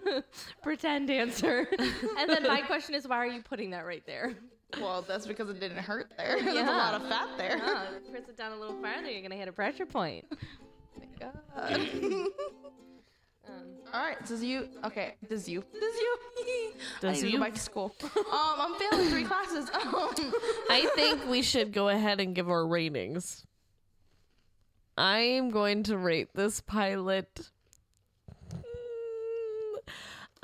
[SPEAKER 1] pretend answer. And then my question is, why are you putting that right there?
[SPEAKER 3] Well, that's because it didn't hurt there. There's a
[SPEAKER 1] Yeah.
[SPEAKER 3] lot of fat there.
[SPEAKER 1] Oh, press it down a little farther, you're going to hit a pressure point. Um,
[SPEAKER 3] All right, does you okay? Does you? Does you?
[SPEAKER 2] Does
[SPEAKER 3] I need to
[SPEAKER 2] you?
[SPEAKER 3] go back to school. Um, I'm failing three classes. Um,
[SPEAKER 1] I
[SPEAKER 2] I think we should go ahead and give our ratings. I am going to rate this pilot. Mm,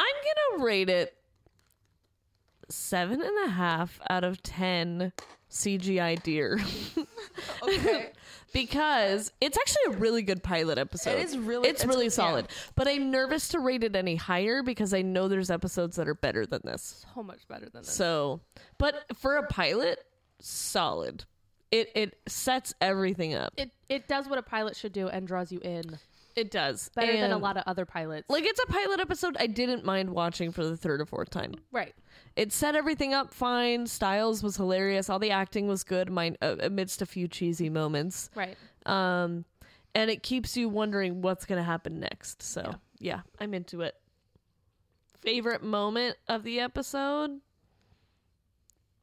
[SPEAKER 2] I'm gonna rate it seven and a half out of ten CGI deer
[SPEAKER 3] Okay.
[SPEAKER 2] because it's actually a really good pilot episode.
[SPEAKER 3] It is really-
[SPEAKER 2] it's,
[SPEAKER 3] it's-
[SPEAKER 2] really
[SPEAKER 3] yeah.
[SPEAKER 2] solid. But I'm nervous to rate it any higher because I know there's episodes that are better than this.
[SPEAKER 1] so much better than this.
[SPEAKER 2] So, but for a pilot, solid. It it sets everything up. It,
[SPEAKER 1] It it does what a pilot should do and draws you in
[SPEAKER 2] does
[SPEAKER 1] better than a
[SPEAKER 2] And,
[SPEAKER 1] lot of other pilots.
[SPEAKER 2] Like it's a pilot episode. I didn't mind watching for the third or fourth time.
[SPEAKER 1] right.
[SPEAKER 2] It set everything up fine. Styles was hilarious. All the acting was good. Mine uh, amidst a few cheesy moments.
[SPEAKER 1] Right.
[SPEAKER 2] um and it keeps you wondering what's going to happen next so yeah.
[SPEAKER 1] Yeah.
[SPEAKER 2] i'm into it favorite moment of the episode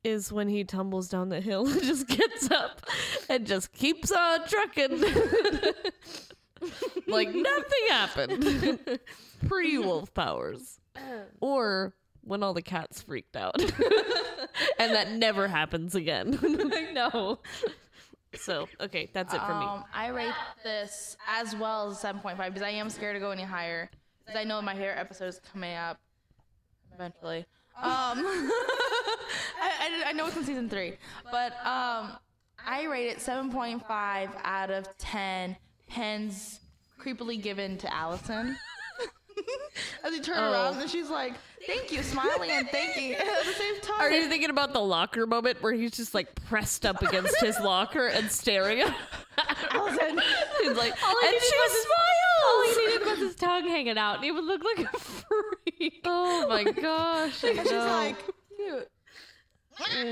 [SPEAKER 2] is when he tumbles down the hill and just gets up and just keeps on trucking like nothing happened pre wolf powers or when all the cats freaked out and that never happens again
[SPEAKER 1] no.
[SPEAKER 2] so okay that's it for me
[SPEAKER 3] Um, I rate this as well as 7.5 because I am scared to go any higher because I know my favorite episode is coming up eventually. Um, I, I, I know it's in season three, but um, I rate it 7.5 out of 10 pens creepily given to Allison. As he turned
[SPEAKER 2] Oh.
[SPEAKER 3] around and she's like, "Thank you," smiling and thanking at the same time.
[SPEAKER 2] Are you thinking about the locker moment where he's just like pressed up against his locker and staring at
[SPEAKER 3] Allison,
[SPEAKER 2] He's like,
[SPEAKER 1] he
[SPEAKER 2] and
[SPEAKER 1] did
[SPEAKER 2] she
[SPEAKER 1] was- All he
[SPEAKER 2] smiles.
[SPEAKER 1] needed was his tongue hanging out, and he would look like a freak.
[SPEAKER 2] Oh my gosh.
[SPEAKER 3] and she's like, "Cute."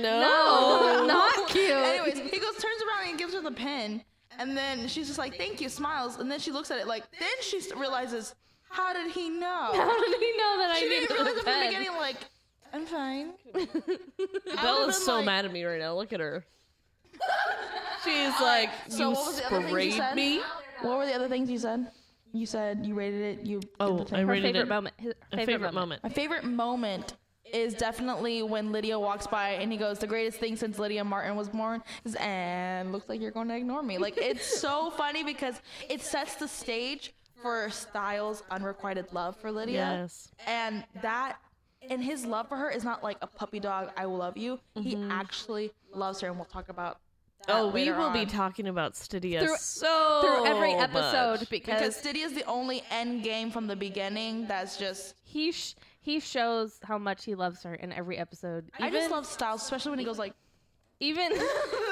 [SPEAKER 2] no.
[SPEAKER 1] Oh, not cute.
[SPEAKER 3] Anyways, he goes, turns around and gives her the pen, and then she's just like, "Thank you," smiles, and then she looks at it like. Then she s- realizes, "How did he know?"
[SPEAKER 1] How did he know that
[SPEAKER 3] She
[SPEAKER 1] I needed
[SPEAKER 3] didn't realize
[SPEAKER 1] the
[SPEAKER 3] it from the
[SPEAKER 1] pen?
[SPEAKER 3] beginning. Like, I'm fine.
[SPEAKER 2] Bella's
[SPEAKER 3] been
[SPEAKER 2] so
[SPEAKER 3] like-
[SPEAKER 2] mad at me right now. Look at her. She's like,
[SPEAKER 3] So
[SPEAKER 2] you
[SPEAKER 3] what was the other thing you
[SPEAKER 2] sprayed
[SPEAKER 3] said?
[SPEAKER 2] me.
[SPEAKER 3] What were the other things you said? You said you rated it. You
[SPEAKER 2] Oh,
[SPEAKER 3] did the thing.
[SPEAKER 2] I
[SPEAKER 1] Her
[SPEAKER 2] rated
[SPEAKER 1] favorite
[SPEAKER 2] it.
[SPEAKER 1] moment. His
[SPEAKER 2] My
[SPEAKER 1] favorite, moment.
[SPEAKER 3] My favorite moment is definitely when Lydia walks by and he goes, "The greatest thing since Lydia Martin was born is and looks like you're going to ignore me." Like it's so funny because it sets the stage for Styles' unrequited love for Lydia,
[SPEAKER 2] Yes.
[SPEAKER 3] and that and his love for her is not like a puppy dog. I will love you. He actually loves her, and we'll talk about. that
[SPEAKER 2] Mm-hmm. Oh, we
[SPEAKER 3] later
[SPEAKER 2] will be
[SPEAKER 3] on.
[SPEAKER 2] talking about Stydia
[SPEAKER 1] Through-
[SPEAKER 2] so
[SPEAKER 1] Through every
[SPEAKER 2] much.
[SPEAKER 1] episode, because
[SPEAKER 3] because Stydia is the only end game from the beginning that's just.
[SPEAKER 1] he sh- he shows how much he loves her in every episode. Even
[SPEAKER 3] I just love Styles, especially when he goes like.
[SPEAKER 1] even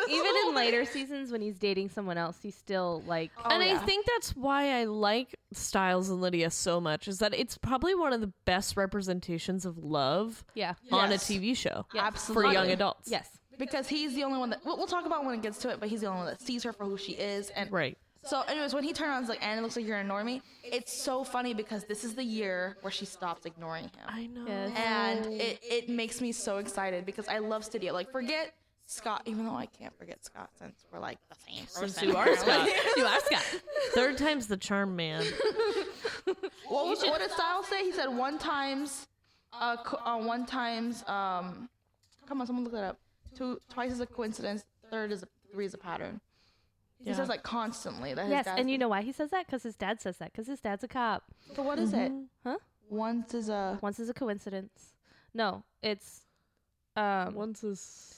[SPEAKER 1] even in later seasons when he's dating someone else, he's still like
[SPEAKER 2] and I
[SPEAKER 3] yeah.
[SPEAKER 2] think that's why I like Styles and Lydia so much is that it's probably one of the best representations of love
[SPEAKER 1] yeah.
[SPEAKER 2] on a
[SPEAKER 3] Yes.
[SPEAKER 2] TV show for
[SPEAKER 3] Absolutely.
[SPEAKER 2] young adults.
[SPEAKER 1] Yes.
[SPEAKER 3] because he's the only one that we'll, we'll talk about when it gets to it, but he's the only one that sees her for who she is. And
[SPEAKER 2] Right.
[SPEAKER 3] so, anyways, when he turns around, he's like, "And it looks like you're ignoring me." It's so funny because this is the year where she stops ignoring him,
[SPEAKER 2] I know.
[SPEAKER 1] Yes.
[SPEAKER 3] and it it makes me so excited because I love Studio. Like, forget Scott, even though I can't forget Scott since we're like the same person.
[SPEAKER 2] you are Scott.
[SPEAKER 1] you are Scott.
[SPEAKER 2] Third time's the charm, man.
[SPEAKER 3] What, was, what did Styles say? He said one times, uh, co- uh one times. Um, come on, someone look that up. Two, twice is a coincidence. Third is a, three is a pattern. He
[SPEAKER 2] Yeah.
[SPEAKER 3] says like constantly that his
[SPEAKER 1] Yes,
[SPEAKER 3] dad's
[SPEAKER 1] and you know why he says that? Because his dad says that. Because his dad's a cop.
[SPEAKER 3] So what is it?
[SPEAKER 1] Mm-hmm. Huh?
[SPEAKER 3] Once is a
[SPEAKER 1] Once is a coincidence. No, it's um one,
[SPEAKER 2] Once is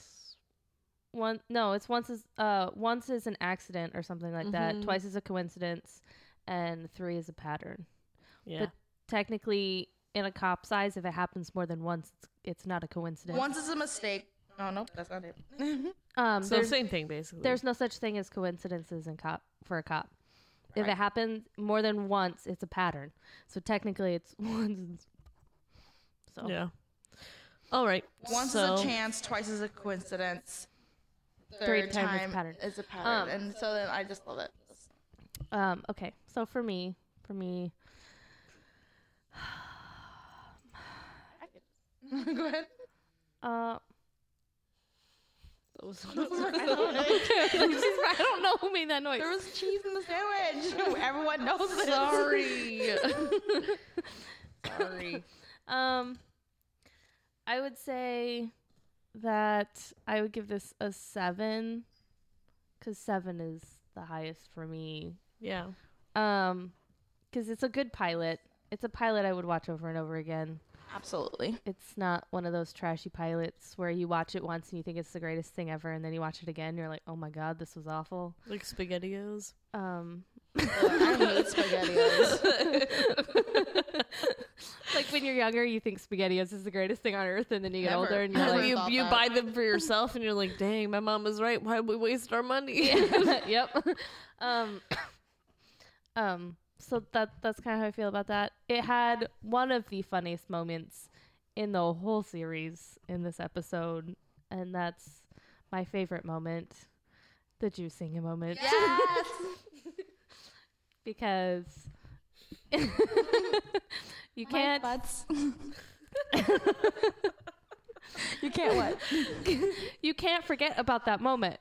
[SPEAKER 1] no, it's once is uh once is an accident or something like that. Twice is a coincidence, and three is a pattern.
[SPEAKER 2] yeah.
[SPEAKER 1] But technically, in a cop's eyes, if it happens more than once, it's, it's not a coincidence.
[SPEAKER 3] once is a mistake. Oh nope, that's not it.
[SPEAKER 1] um,
[SPEAKER 2] so
[SPEAKER 1] there's,
[SPEAKER 2] same thing basically.
[SPEAKER 1] there's no such thing as coincidences in cop for a cop. If it happens more than once, it's a pattern. So technically, it's once. So
[SPEAKER 2] yeah. All right.
[SPEAKER 3] Once
[SPEAKER 2] so,
[SPEAKER 3] is a chance, twice is a coincidence.
[SPEAKER 1] Three
[SPEAKER 3] Third
[SPEAKER 1] time is a
[SPEAKER 3] time
[SPEAKER 1] pattern.
[SPEAKER 3] is a pattern. and so then I just love it.
[SPEAKER 1] Um, okay. So for me, for me,
[SPEAKER 3] Go ahead.
[SPEAKER 1] uh,
[SPEAKER 3] there
[SPEAKER 1] I don't know who made that noise.
[SPEAKER 3] was cheese in the sandwich. Everyone knows this.
[SPEAKER 2] Sorry. Sorry.
[SPEAKER 1] Um, I would say that I would give this a seven, because seven is the highest for me.
[SPEAKER 2] Yeah.
[SPEAKER 1] Um, because it's a good pilot. It's a pilot I would watch over and over again.
[SPEAKER 3] Absolutely.
[SPEAKER 1] It's not one of those trashy pilots where you watch it once and you think it's the greatest thing ever, and then you watch it again, and you're like, oh my god, this was awful.
[SPEAKER 2] Like SpaghettiOs.
[SPEAKER 1] Um,
[SPEAKER 3] I hate SpaghettiOs.
[SPEAKER 1] like when you're younger, you think SpaghettiOs is the greatest thing on earth, and then you get
[SPEAKER 3] Never.
[SPEAKER 1] older and you're
[SPEAKER 3] Never.
[SPEAKER 1] like,
[SPEAKER 2] you
[SPEAKER 3] thought
[SPEAKER 2] you
[SPEAKER 3] that.
[SPEAKER 2] buy them for yourself and you're like, dang, my mom was right. Why we waste our money?
[SPEAKER 1] yep. Um, um. So that that's kind of how I feel about that. It had one of the funniest moments in the whole series in this episode, and that's my favorite moment, the juicing moment,
[SPEAKER 3] yes.
[SPEAKER 1] because you can't
[SPEAKER 3] Butts. you can't what?
[SPEAKER 1] you can't forget about that moment.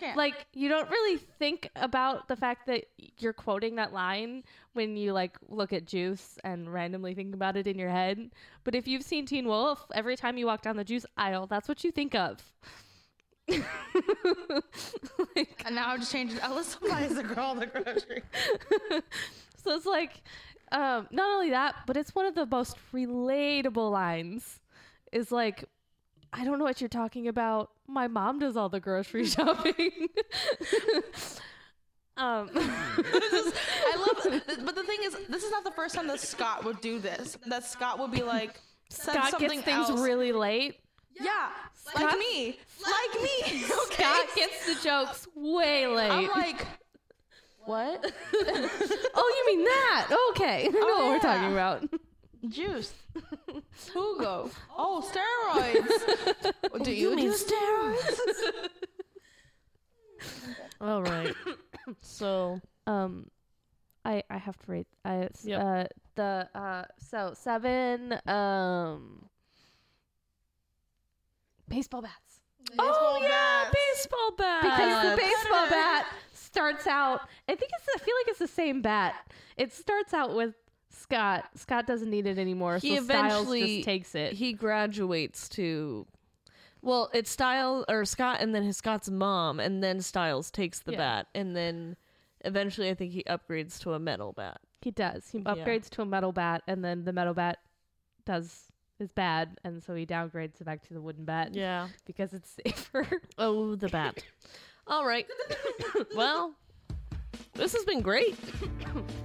[SPEAKER 3] can't.
[SPEAKER 1] Like you don't really think about the fact that you're quoting that line when you like look at Juice and randomly think about it in your head. But if you've seen Teen Wolf, every time you walk down the juice aisle, that's what you think of. Like,
[SPEAKER 3] And now I've just changed. Alyssa is a girl in the grocery.
[SPEAKER 1] so it's like um, not only that, but it's one of the most relatable lines. Is like, I don't know what you're talking about. My mom does all the grocery shopping. um,
[SPEAKER 3] I love, th- but the thing is, this is not the first time that Scott would do this. That Scott would be like, send
[SPEAKER 1] Scott
[SPEAKER 3] something
[SPEAKER 1] gets things
[SPEAKER 3] else.
[SPEAKER 1] really late.
[SPEAKER 3] yeah, like
[SPEAKER 1] Scott-
[SPEAKER 3] me, like me. Okay?
[SPEAKER 1] Scott gets the jokes way late.
[SPEAKER 3] I'm like, what?
[SPEAKER 1] oh, you mean that? Okay, I know what we're
[SPEAKER 3] Oh, yeah.
[SPEAKER 1] talking about.
[SPEAKER 3] Juice, Hugo. Oh, steroids. do Oh, you, do steroids?
[SPEAKER 2] All right. So
[SPEAKER 1] um i i have to rate i s-
[SPEAKER 2] Yep.
[SPEAKER 1] uh the uh so seven um baseball bats
[SPEAKER 3] Oh yeah,
[SPEAKER 2] baseball bat.
[SPEAKER 1] because the
[SPEAKER 3] Bats. Uh,
[SPEAKER 1] baseball bat starts out i think it's i feel like it's the same bat it starts out with scott scott doesn't need it anymore
[SPEAKER 2] He
[SPEAKER 1] so styles
[SPEAKER 2] eventually-
[SPEAKER 1] just takes it
[SPEAKER 2] he graduates to well it's Styles or scott and then his scott's mom and then styles takes the
[SPEAKER 1] Yeah.
[SPEAKER 2] bat and then eventually i think he upgrades to a metal bat
[SPEAKER 1] he does he upgrades to a metal bat and then the metal bat does is bad and so he downgrades it back to the wooden bat
[SPEAKER 2] yeah
[SPEAKER 1] because it's safer
[SPEAKER 2] oh the bat all right well this has been great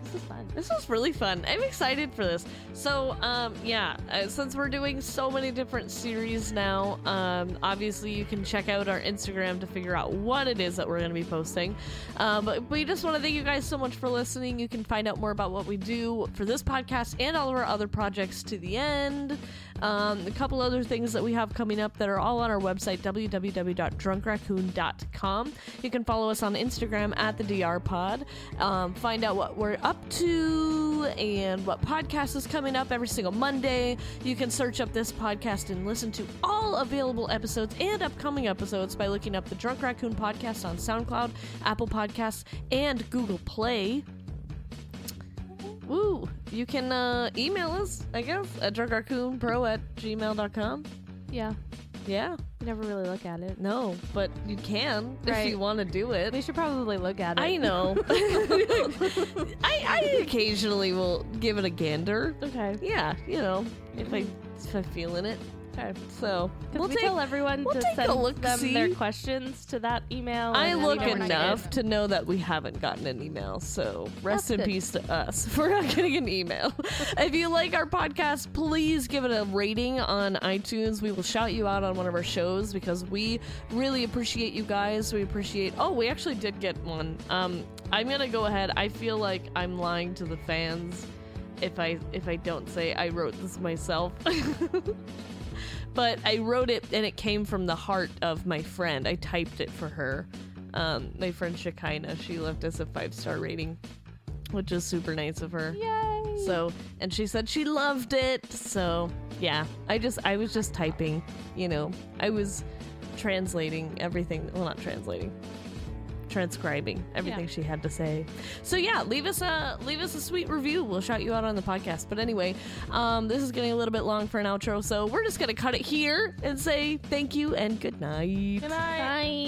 [SPEAKER 1] this is fun
[SPEAKER 2] This was really fun. I'm excited for this. So, um, yeah, uh, since we're doing so many different series now, um, obviously you can check out our Instagram to figure out what it is that we're going to be posting. Um, but we just want to thank you guys so much for listening. You can find out more about what we do for this podcast and all of our other projects to the end. Um, a couple other things that we have coming up that are all on our website, www.drunkraccoon.com. You can follow us on Instagram at the DR Pod. Um, find out what we're up to and what podcast is coming up every single Monday. You can search up this podcast and listen to all available episodes and upcoming episodes by looking up the Drunk Raccoon podcast on SoundCloud, Apple Podcasts, and Google Play. Woo! You can uh, email us, I guess, at drunkraccoonpro at gmail.com.
[SPEAKER 1] yeah
[SPEAKER 2] Yeah,
[SPEAKER 1] Never really look at it.
[SPEAKER 2] no, but you can
[SPEAKER 1] Right.
[SPEAKER 2] if you want to do it.
[SPEAKER 1] We should probably look at it.
[SPEAKER 2] I know. I, I occasionally will give it a gander.
[SPEAKER 1] Okay.
[SPEAKER 2] Yeah, you know, if I if I feel in it.
[SPEAKER 1] Okay.
[SPEAKER 2] So
[SPEAKER 1] Can
[SPEAKER 2] we'll
[SPEAKER 1] we
[SPEAKER 2] take.
[SPEAKER 1] tell everyone
[SPEAKER 2] we'll
[SPEAKER 1] to
[SPEAKER 2] take a
[SPEAKER 1] send
[SPEAKER 2] look,
[SPEAKER 1] them their
[SPEAKER 2] see?
[SPEAKER 1] questions to that email?
[SPEAKER 2] I
[SPEAKER 1] and
[SPEAKER 2] look
[SPEAKER 1] we're not gonna-
[SPEAKER 2] enough to know that we haven't gotten an email, so rest
[SPEAKER 1] That's
[SPEAKER 2] in
[SPEAKER 1] good.
[SPEAKER 2] peace to us. We're not getting an email. if you like our podcast, please give it a rating on iTunes. We will shout you out on one of our shows because we really appreciate you guys. We appreciate. Oh, we actually did get one. Um, I'm gonna go ahead. I feel like I'm lying to the fans if I if I don't say I wrote this myself. but I wrote it and it came from the heart of my friend. I typed it for her. Um, my friend Shekinah, she left us a five star rating, which is super nice of her.
[SPEAKER 1] Yay!
[SPEAKER 2] So, and she said she loved it. So, yeah, I just, I was just typing, you know, I was translating everything. Well, not translating, transcribing everything she had to say. So yeah, leave us a leave us a sweet review. We'll shout you out on the podcast. But anyway, um, this is getting a little bit long for an outro, so we're just gonna cut it here and say thank you and good night.
[SPEAKER 3] Good night.
[SPEAKER 1] Bye.